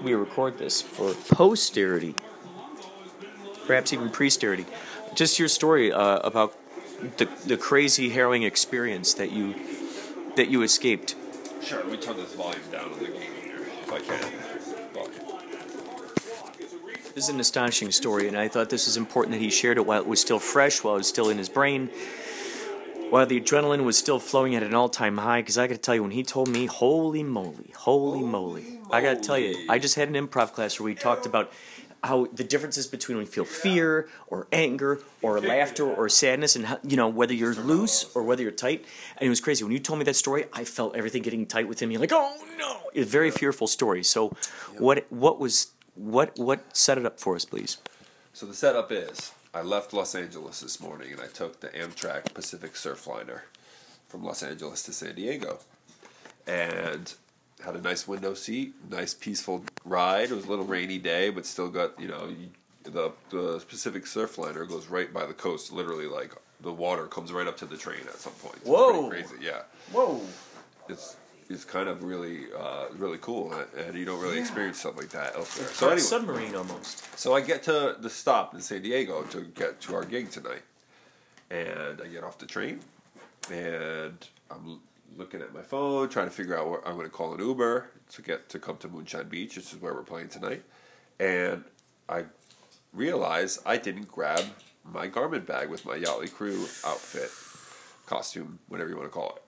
[SPEAKER 1] we, we record this for posterity, perhaps even posterity. Just your story uh, about the, the crazy, harrowing experience that you that you escaped.
[SPEAKER 11] Sure, let me turn this volume down on the game here, if I can. Fuck.
[SPEAKER 1] This is an astonishing story, and I thought this was important that he shared it while it was still fresh, while it was still in his brain, while the adrenaline was still flowing at an all time high. Because I got to tell you, when he told me, holy moly, holy, moly, I got to tell you, I just had an improv class where we talked about how the differences between when you feel fear or anger or laughter or sadness and how, you know whether you're loose or whether you're tight and it was crazy when you told me that story i felt everything getting tight within me like oh no a very fearful story so what what was what what set it up for us, please?
[SPEAKER 11] So the setup is I left Los Angeles this morning and I took the Amtrak Pacific Surfliner from Los Angeles to San Diego. And had a nice window seat, nice peaceful ride. It was a little rainy day, but still got, you know, you, the, the Pacific Surfliner goes right by the coast, literally like the water comes right up to the train at some point. So
[SPEAKER 1] Whoa.
[SPEAKER 11] It's pretty crazy, yeah.
[SPEAKER 1] Whoa!
[SPEAKER 11] It's it's kind of really uh, really cool, and- and you don't really experience stuff like that elsewhere.
[SPEAKER 1] So
[SPEAKER 11] So anyway,
[SPEAKER 1] submarine almost.
[SPEAKER 11] so I get to the stop in San Diego to get to our gig tonight, and I get off the train, and I'm l- looking at my phone, trying to figure out where I'm going to call an Uber to get to come to Moonshine Beach, which is where we're playing tonight, and I realize I didn't grab my garment bag with my Yachtly Crew outfit, costume, whatever you want to call it.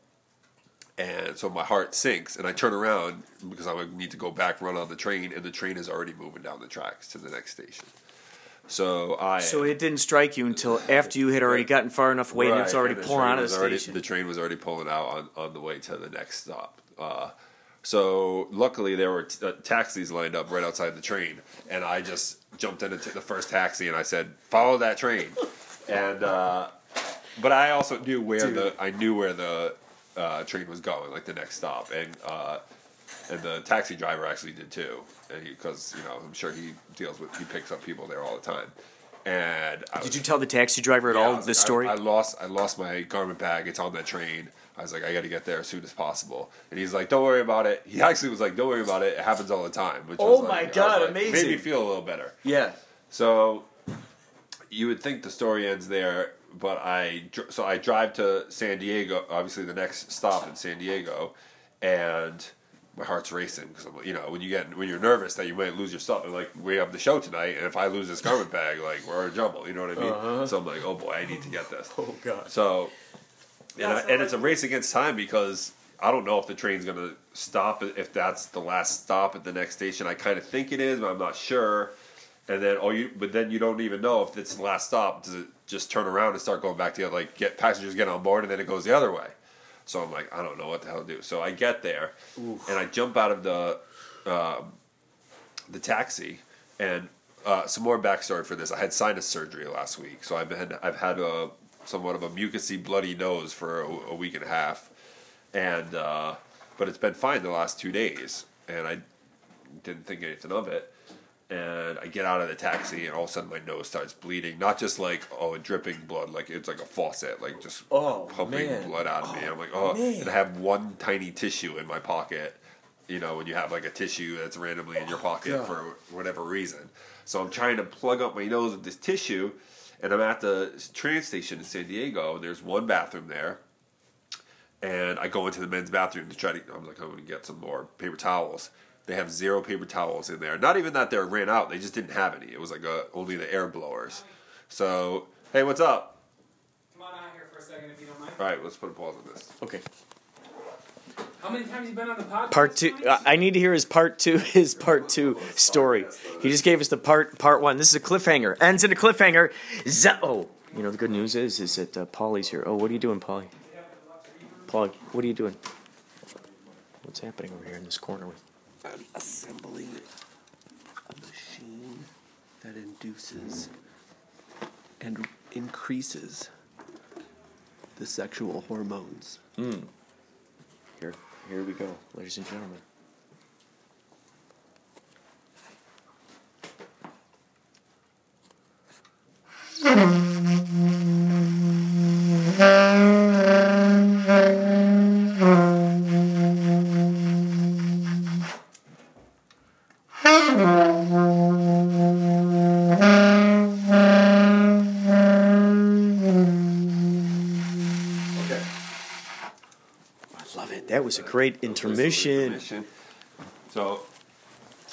[SPEAKER 11] And so my heart sinks, and I turn around because I would need to go back, run on the train, and the train is already moving down the tracks to the next station. So I
[SPEAKER 1] So it didn't strike you until after you had already gotten far enough away and it's
[SPEAKER 11] Right,
[SPEAKER 1] already
[SPEAKER 11] and the
[SPEAKER 1] pulling
[SPEAKER 11] train
[SPEAKER 1] out of
[SPEAKER 11] was
[SPEAKER 1] the
[SPEAKER 11] already-
[SPEAKER 1] station.
[SPEAKER 11] the train was already pulling out on, on the way to the next stop. Uh, so luckily there were t- uh, taxis lined up right outside the train, and I just jumped into t- the first taxi and I said, "Follow that train." and uh, but I also knew where the I knew where the uh, train was going, like the next stop, and uh, and the taxi driver actually did too, because you know I'm sure he deals with he picks up people there all the time. And I was
[SPEAKER 1] Did you tell the taxi driver at
[SPEAKER 11] yeah, I
[SPEAKER 1] all
[SPEAKER 11] was
[SPEAKER 1] this
[SPEAKER 11] like, I-
[SPEAKER 1] story?
[SPEAKER 11] I, lost I lost my garment bag. It's on that train. I was like, I got to get there as soon as possible. And he's like, Don't worry about it. He actually was like, Don't worry about it. It happens all the time. Which
[SPEAKER 1] Oh
[SPEAKER 11] was like,
[SPEAKER 1] my
[SPEAKER 11] I was
[SPEAKER 1] God,
[SPEAKER 11] like,
[SPEAKER 1] amazing.
[SPEAKER 11] Made me feel a little better.
[SPEAKER 1] yeah.
[SPEAKER 11] So you would think the story ends there, but I dr- so I drive to San Diego. Obviously, the next stop in San Diego, and my heart's racing because you know when you get when you're nervous that you might lose your stuff. And like we have the show tonight, and if I lose this garment bag, like we're in trouble. You know what I mean? So I'm like, oh boy, I need to get this.
[SPEAKER 1] Uh-huh. Oh god.
[SPEAKER 11] So, and, I, and it's a race against time because I don't know if the train's going to stop, if that's the last stop at the next station. I kind of think it is, but I'm not sure. And then, oh, you, but then you don't even know if it's the last stop. Does it just turn around and start going back to the other, like get passengers get on board and then it goes the other way? So I'm like, I don't know what the hell to do. So I get there and I jump out of the um, the taxi and uh, some more backstory for this. I had sinus surgery last week, so I've been I've had a somewhat of a mucousy, bloody nose for a, a week and a half, and uh, but it's been fine the last two days, and I didn't think anything of it. And I get out of the taxi, and all of a sudden my nose starts bleeding. Not just like oh, dripping blood, like it's like a faucet, like just
[SPEAKER 1] Oh,
[SPEAKER 11] pumping
[SPEAKER 1] man.
[SPEAKER 11] blood out of me. I'm like oh,
[SPEAKER 1] man.
[SPEAKER 11] and I have one tiny tissue in my pocket. You know, when you have like a tissue that's randomly in your pocket for whatever reason. So I'm trying to plug up my nose with this tissue, and I'm at the train station in San Diego. And there's one bathroom there, and I go into the men's bathroom to try to. I'm like, I'm gonna get some more paper towels. They have zero paper towels in there. Not even that they ran out; they just didn't have any. It was like a, only the air blowers. So, hey, what's up?
[SPEAKER 4] Come on out here for a second if you don't mind.
[SPEAKER 11] All right, let's put a pause on this.
[SPEAKER 1] Okay.
[SPEAKER 4] How many times you been on the podcast?
[SPEAKER 1] Part two. uh,
[SPEAKER 4] Mike?
[SPEAKER 1] I I need to hear his part two. His part two story. He just gave us the part part one. This is a cliffhanger. Ends in a cliffhanger. Z- oh, you know the good news is is that uh, Paulie's here. Oh, what are you doing, Paulie? Paulie, what are you doing? What's happening over here in this corner with
[SPEAKER 5] I'm assembling a machine that induces and increases the sexual hormones.
[SPEAKER 1] Hmm. Here, here we go, ladies and gentlemen.
[SPEAKER 11] Okay.
[SPEAKER 1] I love it. That was a great intermission.
[SPEAKER 11] So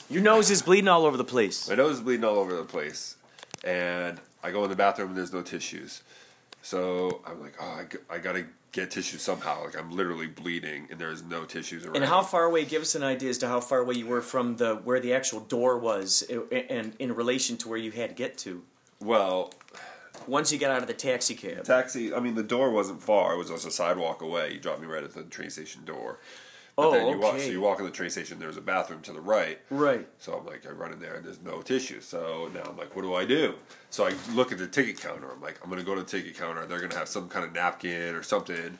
[SPEAKER 1] Your nose is bleeding all over the place.
[SPEAKER 11] My nose is bleeding all over the place, and I go in the bathroom and there's no tissues. So I'm like, oh, I, g- I gotta get tissue somehow. Like I'm literally bleeding and there's no tissues around.
[SPEAKER 1] And how far away? Give us an idea as to how far away you were from the where the actual door was, i- and in relation to where you had to get to.
[SPEAKER 11] Well,
[SPEAKER 1] once you got out of the taxi cab,
[SPEAKER 11] taxi. I mean, the door wasn't far. It was just a sidewalk away. You dropped me right at the train station door. But
[SPEAKER 1] Oh,
[SPEAKER 11] then you walk, so
[SPEAKER 1] okay.
[SPEAKER 11] you walk in the train station. There's a bathroom to the right.
[SPEAKER 1] Right.
[SPEAKER 11] So I'm like, I run in there and there's no tissue. So now I'm like, what do I do? So I look at the ticket counter. I'm like, I'm gonna go to the ticket counter. They're gonna have some kind of napkin or something.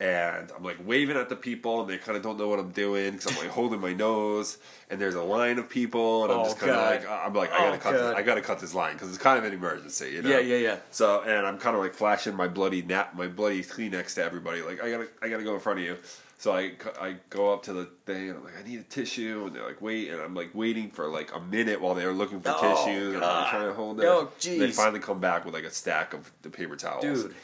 [SPEAKER 11] And I'm like waving at the people, and they kind of don't know what I'm doing because I'm like holding my nose, and there's a line of people, and I'm
[SPEAKER 1] Oh,
[SPEAKER 11] just kind of
[SPEAKER 1] God.
[SPEAKER 11] like, I'm like, I
[SPEAKER 1] Oh,
[SPEAKER 11] gotta cut, this,
[SPEAKER 1] God.
[SPEAKER 11] I gotta cut this line because it's kind of an emergency, you know?
[SPEAKER 1] Yeah, yeah, yeah.
[SPEAKER 11] So and I'm kind of like flashing my bloody nap, my bloody Kleenex to everybody. Like I gotta, I gotta go in front of you. So I, c- I go up to the thing and I'm like, I need a tissue, and they're like, wait, and I'm like waiting for like a minute while they're looking for
[SPEAKER 1] Oh,
[SPEAKER 11] tissues, and
[SPEAKER 1] God.
[SPEAKER 11] I'm trying to hold it.
[SPEAKER 1] No,
[SPEAKER 11] And They
[SPEAKER 1] jeez.
[SPEAKER 11] finally come back with like a stack of the paper towels,
[SPEAKER 1] Dude.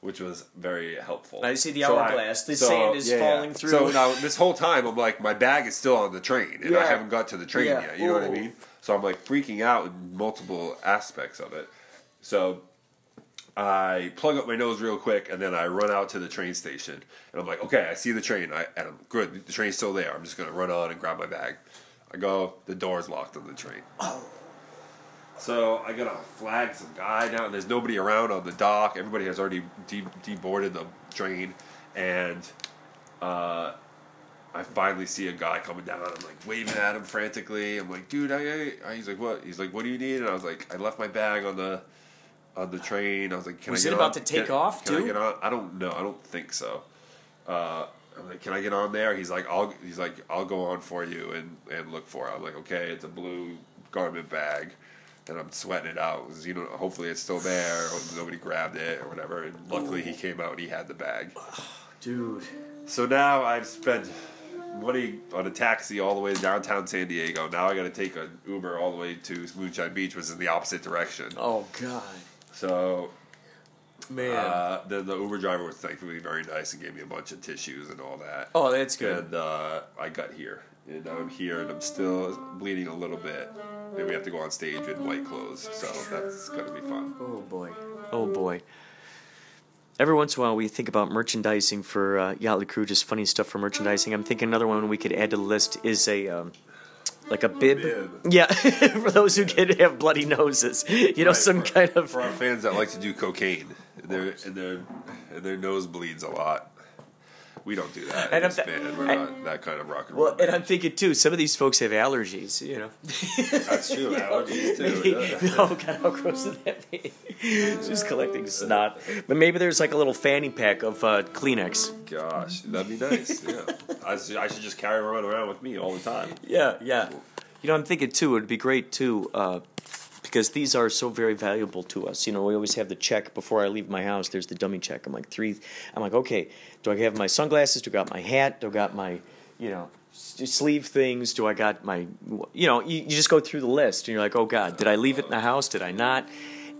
[SPEAKER 11] which was very helpful.
[SPEAKER 1] I see the
[SPEAKER 11] I-
[SPEAKER 1] hourglass. The sand is falling through.
[SPEAKER 11] So now this whole time I'm like, my bag is still on the train, and I
[SPEAKER 1] Yeah.
[SPEAKER 11] haven't got to the train
[SPEAKER 1] Yeah.
[SPEAKER 11] yet. You know what I
[SPEAKER 1] Ooh.
[SPEAKER 11] mean? So I'm like freaking out in multiple aspects of it. So I plug up my nose real quick, and then I run out to the train station, and I'm like, okay, I see the train. I and I'm good. The train's still there. I'm just gonna run on and grab my bag. I go. The door's locked on the train. So I gotta flag some guy down. There's nobody around on the dock. Everybody has already de- deboarded the train, and uh, I finally see a guy coming down. I'm like waving at him frantically. I'm like, dude, I, I. He's like, what? He's like, what do you need? And I was like, I left my bag on the on the train. I was like, can
[SPEAKER 1] Was
[SPEAKER 11] I
[SPEAKER 1] it
[SPEAKER 11] get
[SPEAKER 1] about
[SPEAKER 11] on?
[SPEAKER 1] to take
[SPEAKER 11] Can-
[SPEAKER 1] off,
[SPEAKER 11] Can I
[SPEAKER 1] too?
[SPEAKER 11] get on? I don't know. I don't think so. Uh, I'm like, can I get on there? He's like, I'll. He's like, I'll go on for you and and look for it. I'm like, okay, it's a blue garment bag. And I'm sweating it out 'cause, you know. Hopefully, it's still there. or Nobody grabbed it or whatever. And luckily, he came out and he had the bag.
[SPEAKER 1] dude.
[SPEAKER 11] So now I've spent money on a taxi all the way to downtown San Diego. Now I got to take an Uber all the way to Moonshine Beach, which is in the opposite direction.
[SPEAKER 1] Oh God,
[SPEAKER 11] So,
[SPEAKER 1] man.
[SPEAKER 11] uh, the, the Uber driver was thankfully very nice and gave me a bunch of tissues and all that.
[SPEAKER 1] Oh, that's good.
[SPEAKER 11] And uh, I got here, and I'm here, and I'm still bleeding a little bit. And we have to go on stage in white clothes, so that's gonna be fun.
[SPEAKER 1] Oh boy. Oh boy. Every once in a while, we think about merchandising for uh, Yachtly Crew, just funny stuff for merchandising. I'm thinking another one we could add to the list is a um, like a bib. Yeah, for those who get have bloody noses, you know,
[SPEAKER 11] Right,
[SPEAKER 1] some
[SPEAKER 11] for-
[SPEAKER 1] kind of
[SPEAKER 11] for our fans that like to do cocaine. And their and their and their nose bleeds a lot. We don't do that.
[SPEAKER 1] And
[SPEAKER 11] in
[SPEAKER 1] I'm
[SPEAKER 11] this
[SPEAKER 1] th-
[SPEAKER 11] band. We're
[SPEAKER 1] I-
[SPEAKER 11] not that kind of rock and roll.
[SPEAKER 1] Well, and I'm thinking too. Some of these folks have allergies, you know.
[SPEAKER 11] That's true. Allergies too.
[SPEAKER 1] Maybe-
[SPEAKER 11] yeah.
[SPEAKER 1] oh god, how gross would that be? Just collecting snot. But maybe there's like a little fanny pack of uh, Kleenex.
[SPEAKER 11] Gosh, that'd be nice. Yeah, I, should- I should just carry one around with me all the time.
[SPEAKER 1] Yeah, yeah. You know, I'm thinking too. It'd be great too, uh, because these are so very valuable to us. You know, we always have the check before I leave my house. There's the dummy check. I'm like three. I'm like, okay, do I have my sunglasses? Do I got my hat? Do I got my, you know, s- sleeve things? Do I got my, you know, you, you just go through the list and you're like, oh God, did I leave it in the house? Did I not?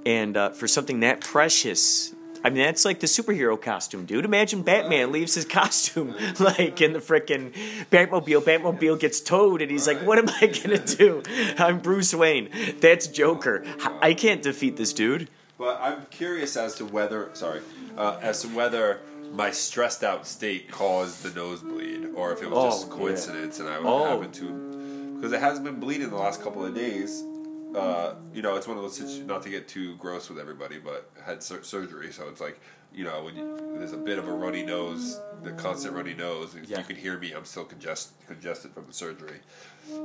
[SPEAKER 1] And uh, for something that precious. I mean that's like the superhero costume, dude. Imagine Batman leaves his costume like in the frickin' Batmobile. Batmobile gets towed, and he's like, "What am I gonna do? I'm Bruce Wayne. That's Joker. I can't defeat this dude."
[SPEAKER 11] But I'm curious as to whether, sorry, uh, as to whether my stressed out state caused the nosebleed, or if it was
[SPEAKER 1] Oh,
[SPEAKER 11] just
[SPEAKER 1] yeah.
[SPEAKER 11] coincidence and I was
[SPEAKER 1] Oh.
[SPEAKER 11] having to, because it hasn't been bleeding the last couple of days, uh, you know, it's one of those situ- not to get too gross with everybody, but had sur- surgery, so it's like, you know, when you, there's a bit of a runny nose, the constant runny nose. If You can hear me; I'm still congest- congested from the surgery,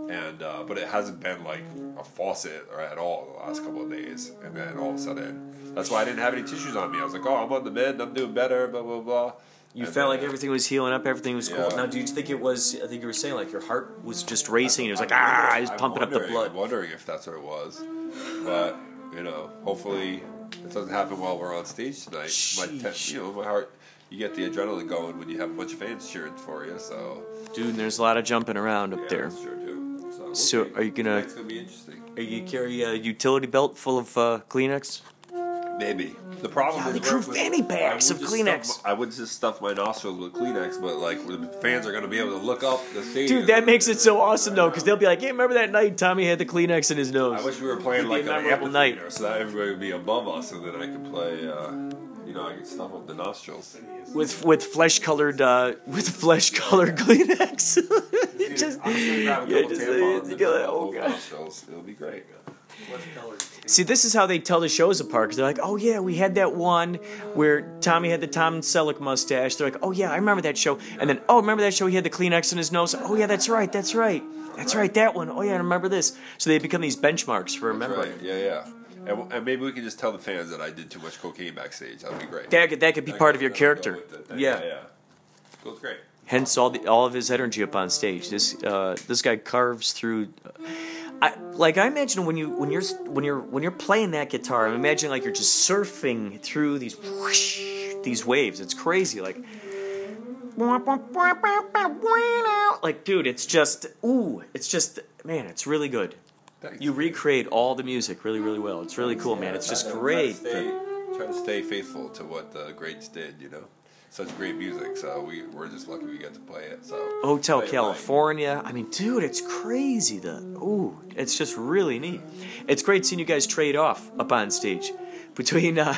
[SPEAKER 11] and uh, but it hasn't been like a faucet or at all the last couple of days, and then all of a sudden, that's why I didn't have any tissues on me. I was like, oh, I'm on the mend, I'm doing better, blah blah blah.
[SPEAKER 1] You
[SPEAKER 11] And
[SPEAKER 1] felt
[SPEAKER 11] then-
[SPEAKER 1] like everything was healing up, everything was cool.
[SPEAKER 11] Yeah.
[SPEAKER 1] Now, do you think it was? I think you were saying like your heart was just racing. It was like ah, it's
[SPEAKER 11] I'm
[SPEAKER 1] pumping up the
[SPEAKER 11] wondering-
[SPEAKER 1] blood.
[SPEAKER 11] I'm wondering if that's what it was, but you know, hopefully it doesn't happen while we're on stage tonight. My te- you know, my heart, you get the adrenaline going when you have a bunch of fans cheering for you. So
[SPEAKER 1] Dude, and there's a lot of jumping around up there.
[SPEAKER 11] So,
[SPEAKER 1] So,
[SPEAKER 11] we'll see.
[SPEAKER 1] are you gonna?
[SPEAKER 11] Tonight's gonna be interesting.
[SPEAKER 1] Are you gonna carry a utility belt full of uh, Kleenex?
[SPEAKER 11] Maybe the problem
[SPEAKER 1] Yeah,
[SPEAKER 11] is
[SPEAKER 1] they grew
[SPEAKER 11] with-
[SPEAKER 1] fanny packs
[SPEAKER 11] I would
[SPEAKER 1] of
[SPEAKER 11] just stuff
[SPEAKER 1] Kleenex.
[SPEAKER 11] my- I would just stuff my nostrils with Kleenex, but like the fans are gonna be able to look up the stage.
[SPEAKER 1] Dude, that makes it so awesome though, because they'll be like, "Hey, remember that night Tommy had the Kleenex in his nose?"
[SPEAKER 11] I wish we were playing
[SPEAKER 1] It'd be
[SPEAKER 11] like
[SPEAKER 1] a
[SPEAKER 11] an
[SPEAKER 1] memorable
[SPEAKER 11] amphitheater,
[SPEAKER 1] night.
[SPEAKER 11] so that everybody would be above us, and then I could play. Uh, you know, I could stuff up the nostrils.
[SPEAKER 1] with with flesh colored uh, with flesh colored Kleenex. You just-
[SPEAKER 11] grab a
[SPEAKER 1] yeah,
[SPEAKER 11] couple
[SPEAKER 1] just-
[SPEAKER 11] tampons and
[SPEAKER 1] you go,
[SPEAKER 11] put
[SPEAKER 1] "Oh,
[SPEAKER 11] both
[SPEAKER 1] God."
[SPEAKER 11] nostrils. It'll be great.
[SPEAKER 1] See, this is how they tell the shows apart. Cause they're like, "Oh yeah, we had that one where Tommy had the Tom Selleck mustache." They're like, "Oh yeah, I remember that show." And then, "Oh, remember that show? He had the Kleenex in his nose." "Oh yeah, that's right, that's right, that's right, that one. Oh yeah, I remember this." So they become these benchmarks for
[SPEAKER 11] That's
[SPEAKER 1] remembering.
[SPEAKER 11] right. Yeah, yeah. And, w- and maybe we can just tell the fans that I did too much cocaine backstage. That'd be great.
[SPEAKER 1] That could that could be
[SPEAKER 11] That
[SPEAKER 1] part
[SPEAKER 11] goes-
[SPEAKER 1] of your
[SPEAKER 11] that would
[SPEAKER 1] character.
[SPEAKER 11] go with it. That-
[SPEAKER 1] yeah.
[SPEAKER 11] yeah. Goes great.
[SPEAKER 1] Hence all the all of his energy up on stage. This uh, this guy carves through. uh, I like I imagine when you when you're when you're when you're playing that guitar, I'm imagining like you're just surfing through these whoosh, these waves. It's crazy. Like like dude, it's just ooh, it's just man, it's really good. You recreate all the music really really well. It's really cool, man. It's just
[SPEAKER 11] Try to-
[SPEAKER 1] great.
[SPEAKER 11] Try to, stay, try to stay faithful to what the greats did. You know, such great music. So we we're just lucky we got to play it. So
[SPEAKER 1] Hotel
[SPEAKER 11] play it right.
[SPEAKER 1] California. I mean, dude, it's crazy. The ooh, it's just really neat. It's great seeing you guys trade off up on stage between uh,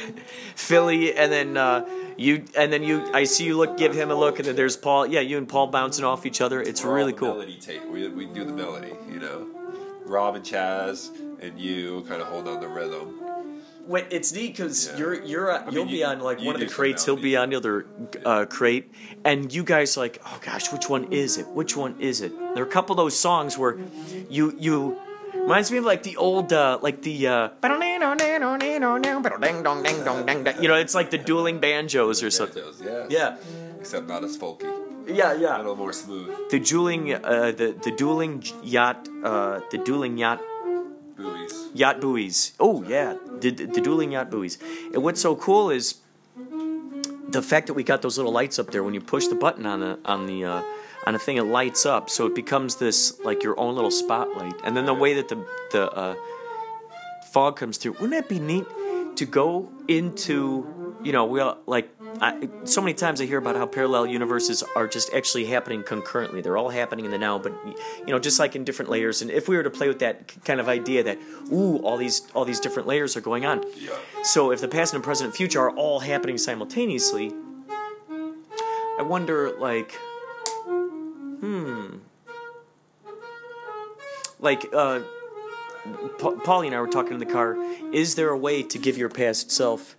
[SPEAKER 1] Philly and then uh, you and then you. I see you look, give him a look, and then there's Paul. Yeah, you and Paul bouncing off each other. It's
[SPEAKER 11] We're all
[SPEAKER 1] really
[SPEAKER 11] the
[SPEAKER 1] cool.
[SPEAKER 11] Melody tape. We, we do the melody, you know. Rob and Chaz and you kind of hold on the rhythm.
[SPEAKER 1] Wait, it's neat because you're you're uh,
[SPEAKER 11] mean,
[SPEAKER 1] you'll be
[SPEAKER 11] you-
[SPEAKER 1] on like
[SPEAKER 11] you
[SPEAKER 1] one of the
[SPEAKER 11] do some
[SPEAKER 1] crates. He'll be on the other uh, crate, and you guys like, oh gosh, which one is it? Which one is it? There are a couple of those songs where you you reminds me of like the old uh, like the uh, you know it's like the dueling banjos or something.
[SPEAKER 11] Yeah.
[SPEAKER 1] Yeah.
[SPEAKER 11] Except not as folky.
[SPEAKER 1] Yeah, yeah.
[SPEAKER 11] A little more smooth.
[SPEAKER 1] The dueling uh, the the dueling yacht uh, the dueling yacht
[SPEAKER 11] Buoys.
[SPEAKER 1] yacht buoys. Oh yeah, the, the, the dueling yacht buoys. And what's so cool is the fact that we got those little lights up there. When you push the button on the on the uh, on the thing, it lights up, so it becomes this like your own little spotlight. And then the way that the the uh, fog comes through, wouldn't that be neat to go into? You know, we all, like I, so many times I hear about how parallel universes are just actually happening concurrently. They're all happening in the now, but you know, just like in different layers. And if we were to play with that k- kind of idea that ooh, all these all these different layers are going on. So if the past and present and future are all happening simultaneously, I wonder, like, hmm, like, uh, Pa- Polly and I were talking in the car. Is there a way to give your past self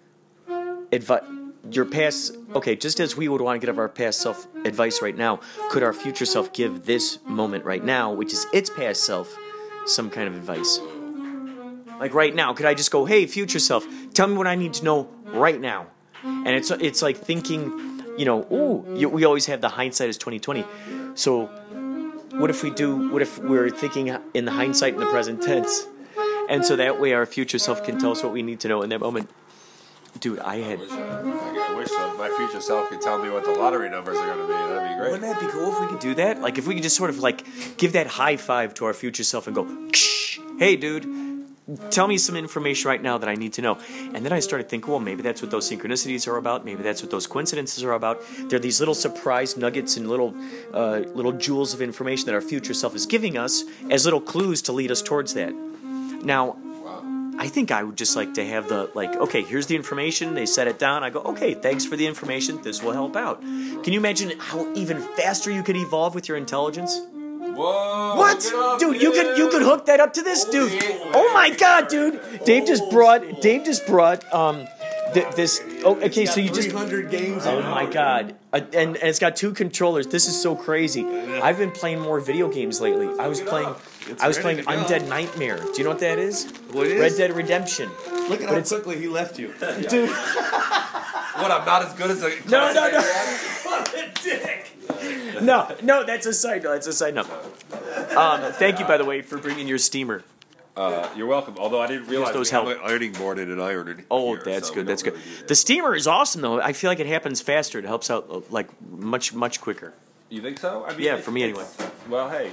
[SPEAKER 1] advice? Your past, okay, just as we would want to give our past self advice right now, could our future self give this moment right now, which is its past self, some kind of advice? Like right now, could I just go, "Hey, future self, tell me what I need to know right now"? And it's it's like thinking, you know, ooh, you, we always have the hindsight is twenty twenty. So, what if we do? What if we're thinking in the hindsight in the present tense? And so that way, our future self can tell us what we need to know in that moment. Dude, I had.
[SPEAKER 11] uh, I wish so. my future self could tell me what the lottery numbers are going to be. That'd be great.
[SPEAKER 1] Wouldn't that be cool if we could do that? Like, if we could just sort of like give that high five to our future self and go, "Ksh, hey, dude, tell me some information right now that I need to know. And then I started thinking, well, maybe that's what those synchronicities are about. Maybe that's what those coincidences are about. They're these little surprise nuggets and little, uh, little jewels of information that our future self is giving us as little clues to lead us towards that. Now, I think I would just like to have the like, okay, here's the information. They set it down. I go, okay, thanks for the information. This will help out. Can you imagine how even faster you could evolve with your intelligence? Whoa! What, dude? You could you could hook that up to this, dude. Oh my god, dude! Dave just brought Dave just brought um. th- This oh, okay, so you just
[SPEAKER 12] 300 games
[SPEAKER 1] Oh
[SPEAKER 12] on
[SPEAKER 1] my
[SPEAKER 12] it.
[SPEAKER 1] god! Uh, and, and it's got two controllers. This is so crazy. I've been playing more video games lately. I was playing, I was playing
[SPEAKER 12] ready to go.
[SPEAKER 1] Undead Nightmare. Do you know what that is?
[SPEAKER 12] What is?
[SPEAKER 1] Red Dead Redemption?
[SPEAKER 12] Look at
[SPEAKER 1] But
[SPEAKER 12] how
[SPEAKER 1] it's-
[SPEAKER 12] quickly he left you.
[SPEAKER 1] Dude.
[SPEAKER 11] What? I'm not as good as a.
[SPEAKER 1] No, no, no.
[SPEAKER 12] what a dick!
[SPEAKER 1] no, no, that's a side note. That's a side note. Um, thank you, by the way, for bringing your steamer.
[SPEAKER 11] Uh, you're welcome. Although I didn't realize
[SPEAKER 1] those
[SPEAKER 11] we have an ironing board and an iron.
[SPEAKER 1] Oh, that's good. That's good. The steamer is awesome, though. I feel like it happens faster. It helps out uh, like much, much quicker.
[SPEAKER 11] You think so? I mean,
[SPEAKER 1] Yeah,
[SPEAKER 11] it-
[SPEAKER 1] for me
[SPEAKER 11] it's- Well, hey,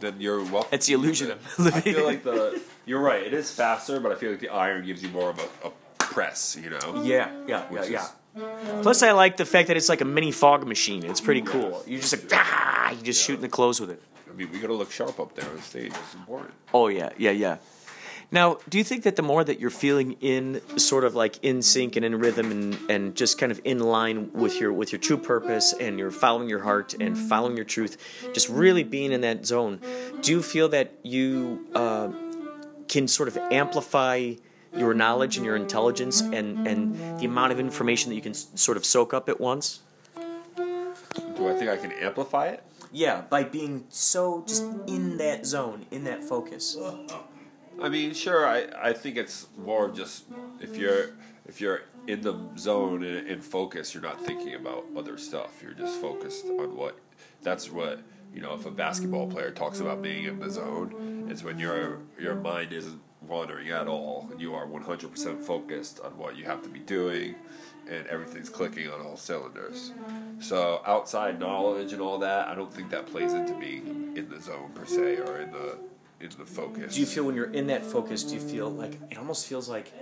[SPEAKER 11] then you're welcome.
[SPEAKER 1] That's the illusion.
[SPEAKER 11] I feel like the you're right. It is faster, but I feel like the iron gives you more of a, a press. You know?
[SPEAKER 1] Yeah, yeah,
[SPEAKER 11] Which
[SPEAKER 1] yeah,
[SPEAKER 11] is-
[SPEAKER 1] Plus, I like the fact that it's like a mini fog machine. It's pretty cool. You're just like, ah, you just shooting the clothes with it.
[SPEAKER 11] I mean, we gotta look sharp up there on stage. It's important.
[SPEAKER 1] Oh yeah, yeah, yeah. Now, do you think that the more that you're feeling in sort of like in sync and in rhythm and, and just kind of in line with your with your true purpose and you're following your heart and following your truth, just really being in that zone, do you feel that you uh, can sort of amplify your knowledge and your intelligence and, and the amount of information that you can s- sort of soak up at once?
[SPEAKER 11] Do I think I can amplify it?
[SPEAKER 1] Yeah, by being so just in that zone, in that focus.
[SPEAKER 11] I mean, sure. I, I think it's more just if you're if you're in the zone and in focus, you're not thinking about other stuff. You're just focused on what. That's what you know. If a basketball player talks about being in the zone, it's when your your mind isn't wandering at all. You are 100% focused on what you have to be doing, and everything's clicking on all cylinders. So outside knowledge and all that, I don't think that plays into being in the zone per se or in the in the focus.
[SPEAKER 1] Do you feel when you're in that focus, do you feel like it almost feels like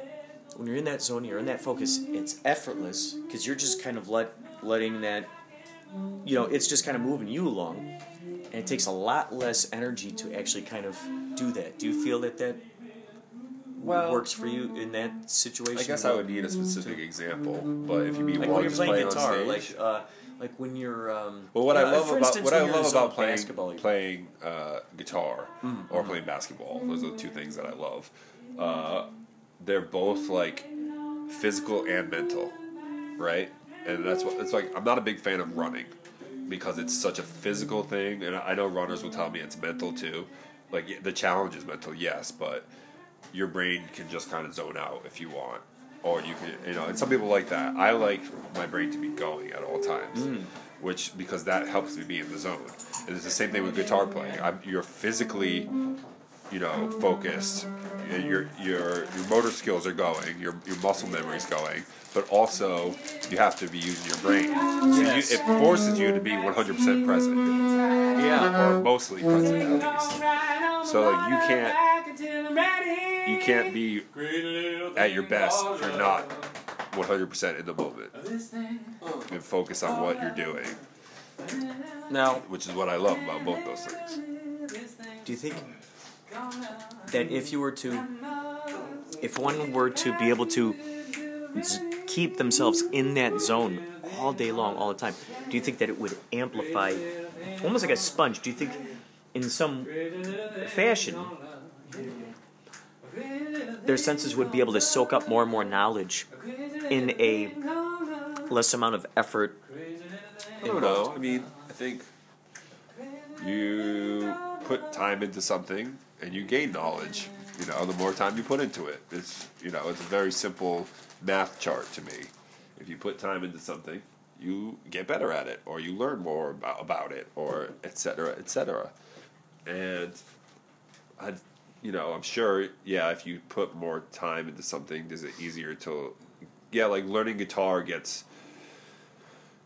[SPEAKER 1] when you're in that zone, you're in that focus, it's effortless because you're just kind of let letting that you know, it's just kind of moving you along. And it takes a lot less energy to actually kind of do that. Do you feel that that
[SPEAKER 11] Well-
[SPEAKER 1] works for you in that situation?
[SPEAKER 11] I guess I would need a specific example, but if you mean
[SPEAKER 1] like
[SPEAKER 11] one,
[SPEAKER 1] when you're
[SPEAKER 11] just
[SPEAKER 1] playing
[SPEAKER 11] playing on
[SPEAKER 1] guitar,
[SPEAKER 11] stage-
[SPEAKER 1] like uh, like when you're um,
[SPEAKER 11] Well, what I
[SPEAKER 1] uh,
[SPEAKER 11] love
[SPEAKER 1] for
[SPEAKER 11] about
[SPEAKER 1] instance,
[SPEAKER 11] what
[SPEAKER 1] when
[SPEAKER 11] I
[SPEAKER 1] you're in
[SPEAKER 11] love
[SPEAKER 1] zone
[SPEAKER 11] about playing
[SPEAKER 1] basketball, Mm-hmm.
[SPEAKER 11] playing uh, guitar or playing basketball, those are the two things that I love. Uh, they're both like physical and mental, right? And that's what it's like. I'm not a big fan of running because it's such a physical thing, and I know runners will tell me it's mental too. Like y- the challenge is mental, yes, but your brain can just kind of zone out if you want, or you can, you know. And some people like that. I like my brain to be going at all times
[SPEAKER 13] Mm.
[SPEAKER 11] which because that helps me be in the zone. And it's the same thing with guitar playing. I'm, you're physically, you know, focused. and Your your your motor skills are going. Your your muscle memory's going. But also, you have to be using your brain. So you, it forces you to be 100% present. Yeah. Or mostly present at least. So like you can't you can't be at your best if you're not 100% in the moment and focus on what you're doing.
[SPEAKER 1] Now,
[SPEAKER 11] which is what I love about both those things.
[SPEAKER 1] Do you think that if you were to, if one were to be able to z- keep themselves in that zone all day long, all the time, do you think that it would amplify, almost like a sponge? Do you think, in some fashion, their senses would be able to soak up more and more knowledge in a less amount of effort?
[SPEAKER 11] I don't know. I mean, I think you put time into something and you gain knowledge. You know, the more time you put into it, it's you know, it's a very simple math chart to me. If you put time into something, you get better at it, or you learn more about, about it, or et cetera, et cetera. And I, you know, I'm sure. Yeah, if you put more time into something, is it easier to? Yeah, like learning guitar gets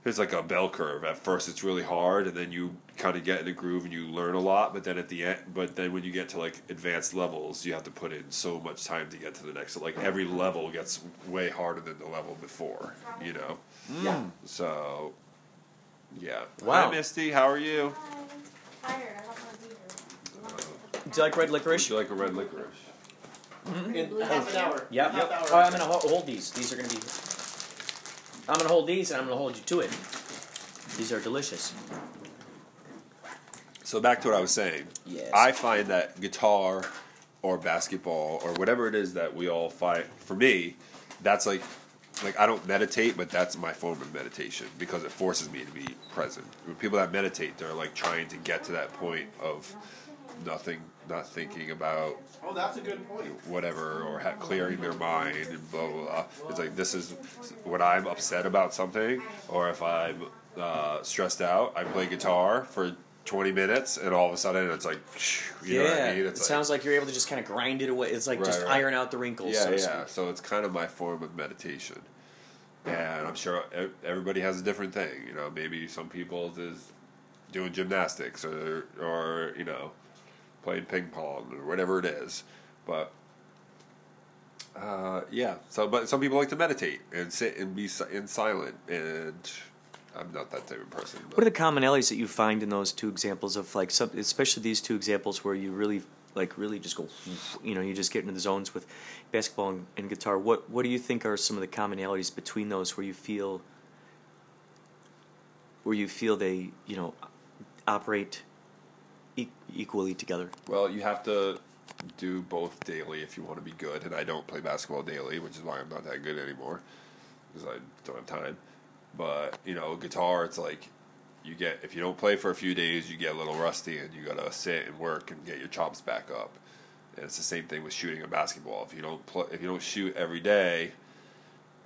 [SPEAKER 11] it's like a bell curve. At first, it's really hard, and then you kind of get in a groove and you learn a lot. But then at the end, but then when you get to like advanced levels, you have to put in so much time to get to the next. Like every level gets way harder than the level before. You know.
[SPEAKER 1] Yeah.
[SPEAKER 11] So, yeah.
[SPEAKER 1] Wow.
[SPEAKER 11] Hi, Misty. How are you?
[SPEAKER 1] Do you like red licorice?
[SPEAKER 11] Would you like a red licorice?
[SPEAKER 6] Mm-hmm.
[SPEAKER 10] In half an hour.
[SPEAKER 1] Yeah.
[SPEAKER 10] Half hour.
[SPEAKER 1] Oh, I'm gonna ho- hold these. These are gonna be. I'm gonna hold these, and I'm gonna hold you to it. These are delicious.
[SPEAKER 11] So back to what I was saying.
[SPEAKER 13] Yes.
[SPEAKER 11] I find that guitar or basketball or whatever it is that we all find for me, that's like like I don't meditate, but that's my form of meditation because it forces me to be present. When people that meditate, they're like trying to get to that point of nothing, not thinking about
[SPEAKER 10] Oh, that's a good point.
[SPEAKER 11] whatever or ha- clearing their mind and blah blah blah. It's like this is when I'm upset about something or if I'm uh, stressed out, I play guitar for 20 minutes and all of a sudden it's like, you know what I mean?
[SPEAKER 1] it sounds like you're able to just kind of grind it away. It's like
[SPEAKER 11] Right,
[SPEAKER 1] just
[SPEAKER 11] right.
[SPEAKER 1] iron out the wrinkles.
[SPEAKER 11] Yeah,
[SPEAKER 1] so to
[SPEAKER 11] yeah.
[SPEAKER 1] speak.
[SPEAKER 11] So it's kind of my form of meditation, and I'm sure ev- everybody has a different thing. You know, maybe some people is doing gymnastics or or you know playing ping pong or whatever it is, but. Uh, yeah. So, but some people like to meditate and sit and be si- in silent, and I'm not that type of person.
[SPEAKER 1] What are the commonalities that you find in those two examples of like, some, especially these two examples where you really like really just go, you know, you just get into the zones with basketball and, and guitar. What what do you think are some of the commonalities between those where you feel where you feel they you know operate e- equally together?
[SPEAKER 11] Well, you have to do both daily if you want to be good, and I don't play basketball daily, which is why I'm not that good anymore because I don't have time. But you know, guitar, it's like you get if you don't play for a few days, you get a little rusty, and you gotta sit and work and get your chops back up. And it's the same thing with shooting a basketball. If you don't play, if you don't shoot every day,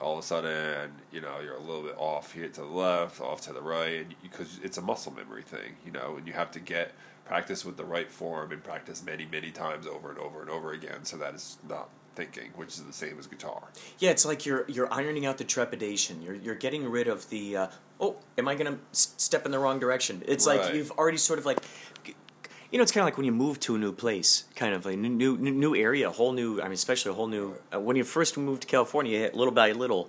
[SPEAKER 11] all of a sudden, you know, you're a little bit off here to the left, off to the right, because it's a muscle memory thing, you know, and you have to get practice with the right form and practice many, many times over and over and over again so that it's not thinking, which is the same as guitar.
[SPEAKER 1] Yeah, it's like you're you're ironing out the trepidation. You're you're getting rid of the uh, oh, am I gonna s- step in the wrong direction? It's
[SPEAKER 11] Right.
[SPEAKER 1] like you've already sort of like, you know, it's kind of like when you move to a new place, kind of a new new new- new area, a whole new. I mean, especially a whole new. Uh, when you first moved to California, you- little by little.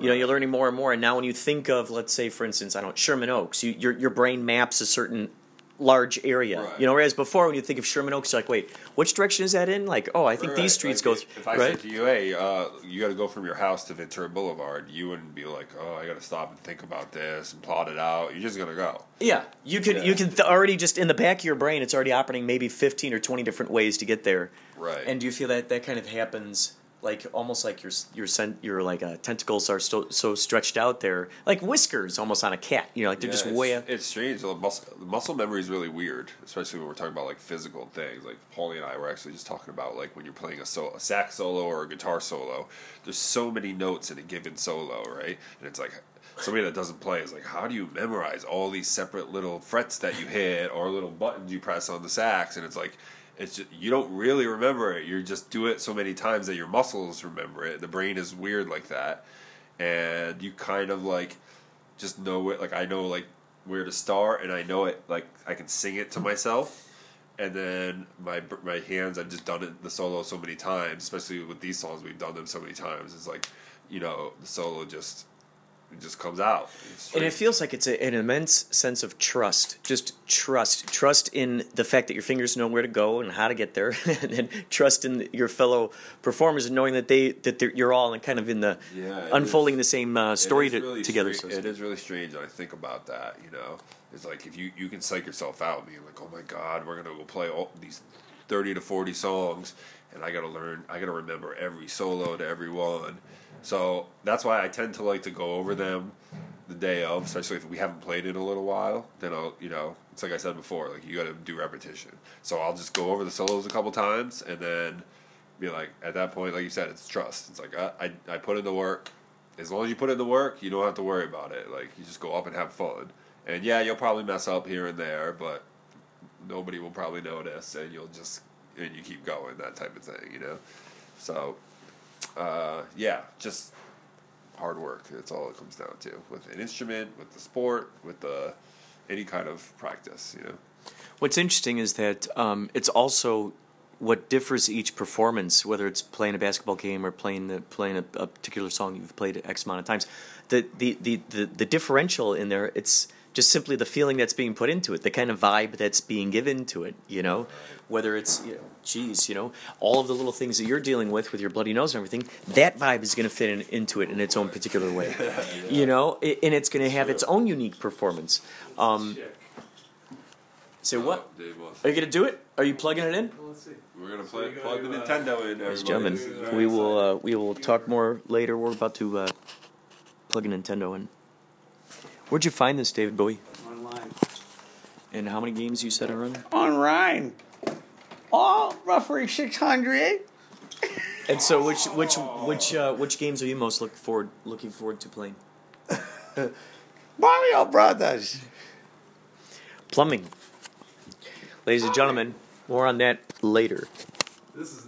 [SPEAKER 1] You know, you're learning more and more, and now when you think of, let's say, for instance, I don't Sherman Oaks, you, your your brain maps a certain large area.
[SPEAKER 11] Right.
[SPEAKER 1] You know, whereas before when you think of Sherman Oaks, you're like, wait, which direction is that in? Like, oh, I think
[SPEAKER 11] Right,
[SPEAKER 1] these
[SPEAKER 11] right.
[SPEAKER 1] streets
[SPEAKER 11] Like,
[SPEAKER 1] go. Th-
[SPEAKER 11] If I
[SPEAKER 1] right?
[SPEAKER 11] said to you, "Hey, uh, you got to go from your house to Ventura Boulevard," you wouldn't be like, "Oh, I got to stop and think about this and plot it out." You're just gonna go.
[SPEAKER 1] Yeah, you could
[SPEAKER 11] Yeah.
[SPEAKER 1] you could th- already just in the back of your brain, it's already operating maybe fifteen or twenty different ways to get there.
[SPEAKER 11] Right.
[SPEAKER 1] And do you feel that that kind of happens, like almost like your s- your sen- your like uh, tentacles are so so stretched out there, like whiskers almost on a cat. You know, like they're
[SPEAKER 11] Yeah,
[SPEAKER 1] just
[SPEAKER 11] it's,
[SPEAKER 1] way up.
[SPEAKER 11] It's strange. The muscle, the muscle memory is really weird, especially when we're talking about like physical things. Like Paulie and I were actually just talking about like when you're playing a, solo, a sax solo or a guitar solo. There's so many notes in a given solo, right? And it's like somebody that doesn't play is like, how do you memorize all these separate little frets that you hit or little buttons you press on the sax? And it's like. It's just, you don't really remember it. You just do it so many times that your muscles remember it. The brain is weird like that, and you kind of like just know where like I know like where to start and I know it like I can sing it to myself and then my br- my hands I've just done it the solo so many times especially with these songs we've done them so many times it's like you know the solo just it just comes out It's
[SPEAKER 1] And it feels like it's a, an immense sense of trust. Just trust. Trust in the fact that your fingers know where to go and how to get there, and then trust in your fellow performers and knowing that they that they're, you're all kind of in the
[SPEAKER 11] Yeah, it
[SPEAKER 1] unfolding
[SPEAKER 11] is-
[SPEAKER 1] the same uh,
[SPEAKER 11] it
[SPEAKER 1] story
[SPEAKER 11] is
[SPEAKER 1] to,
[SPEAKER 11] really
[SPEAKER 1] together.
[SPEAKER 11] stra-
[SPEAKER 1] so to
[SPEAKER 11] it is really strange. that I think about that. You know, it's like if you you can psych yourself out, being like, oh my god, we're gonna go play all these thirty to forty songs, and I gotta learn, I gotta remember every solo to every one. So that's why I tend to like to go over them the day of, especially if we haven't played in a little while. Then I'll, you know, it's like I said before, like you gotta do repetition. So I'll just go over the solos a couple times, and then be like, at that point, like you said, it's trust. It's like "Uh, I, I, I put in the work. As long as you put in the work, you don't have to worry about it. Like you just go up and have fun. And yeah, you'll probably mess up here and there, but nobody will probably notice, and you'll just and you keep going that type of thing, you know. So, uh, yeah, just hard work. That's all it comes down to with an instrument, with the sport, with the any kind of practice, you know.
[SPEAKER 1] What's interesting is that um, it's also what differs each performance, whether it's playing a basketball game or playing the, playing a, a particular song you've played X amount of times. The the, the, the the differential in there, it's just simply the feeling that's being put into it, the kind of vibe that's being given to it. You know, whether it's you know, geez, you know, all of the little things that you're dealing with with your bloody nose and everything, that vibe is going to fit in, into it in its own particular way. You know, I- and it's going to have its own unique performance. Um, Say what?
[SPEAKER 11] Dave was.
[SPEAKER 1] Are you gonna do it? Are you plugging it in?
[SPEAKER 11] Let's see. We're gonna play, plug the Nintendo in.
[SPEAKER 1] Ladies
[SPEAKER 11] everybody.
[SPEAKER 1] and gentlemen, we will uh, we will talk more later. We're about to uh, plug a Nintendo in. Where'd you find this, David Bowie?
[SPEAKER 5] Online.
[SPEAKER 1] And how many games you said are on? there?
[SPEAKER 5] On Rhine. Oh, roughly 600.
[SPEAKER 1] And so, which which which uh, which games are you most look forward looking forward to playing?
[SPEAKER 5] Mario Brothers.
[SPEAKER 1] Plumbing, ladies and gentlemen. More on that later.
[SPEAKER 4] This is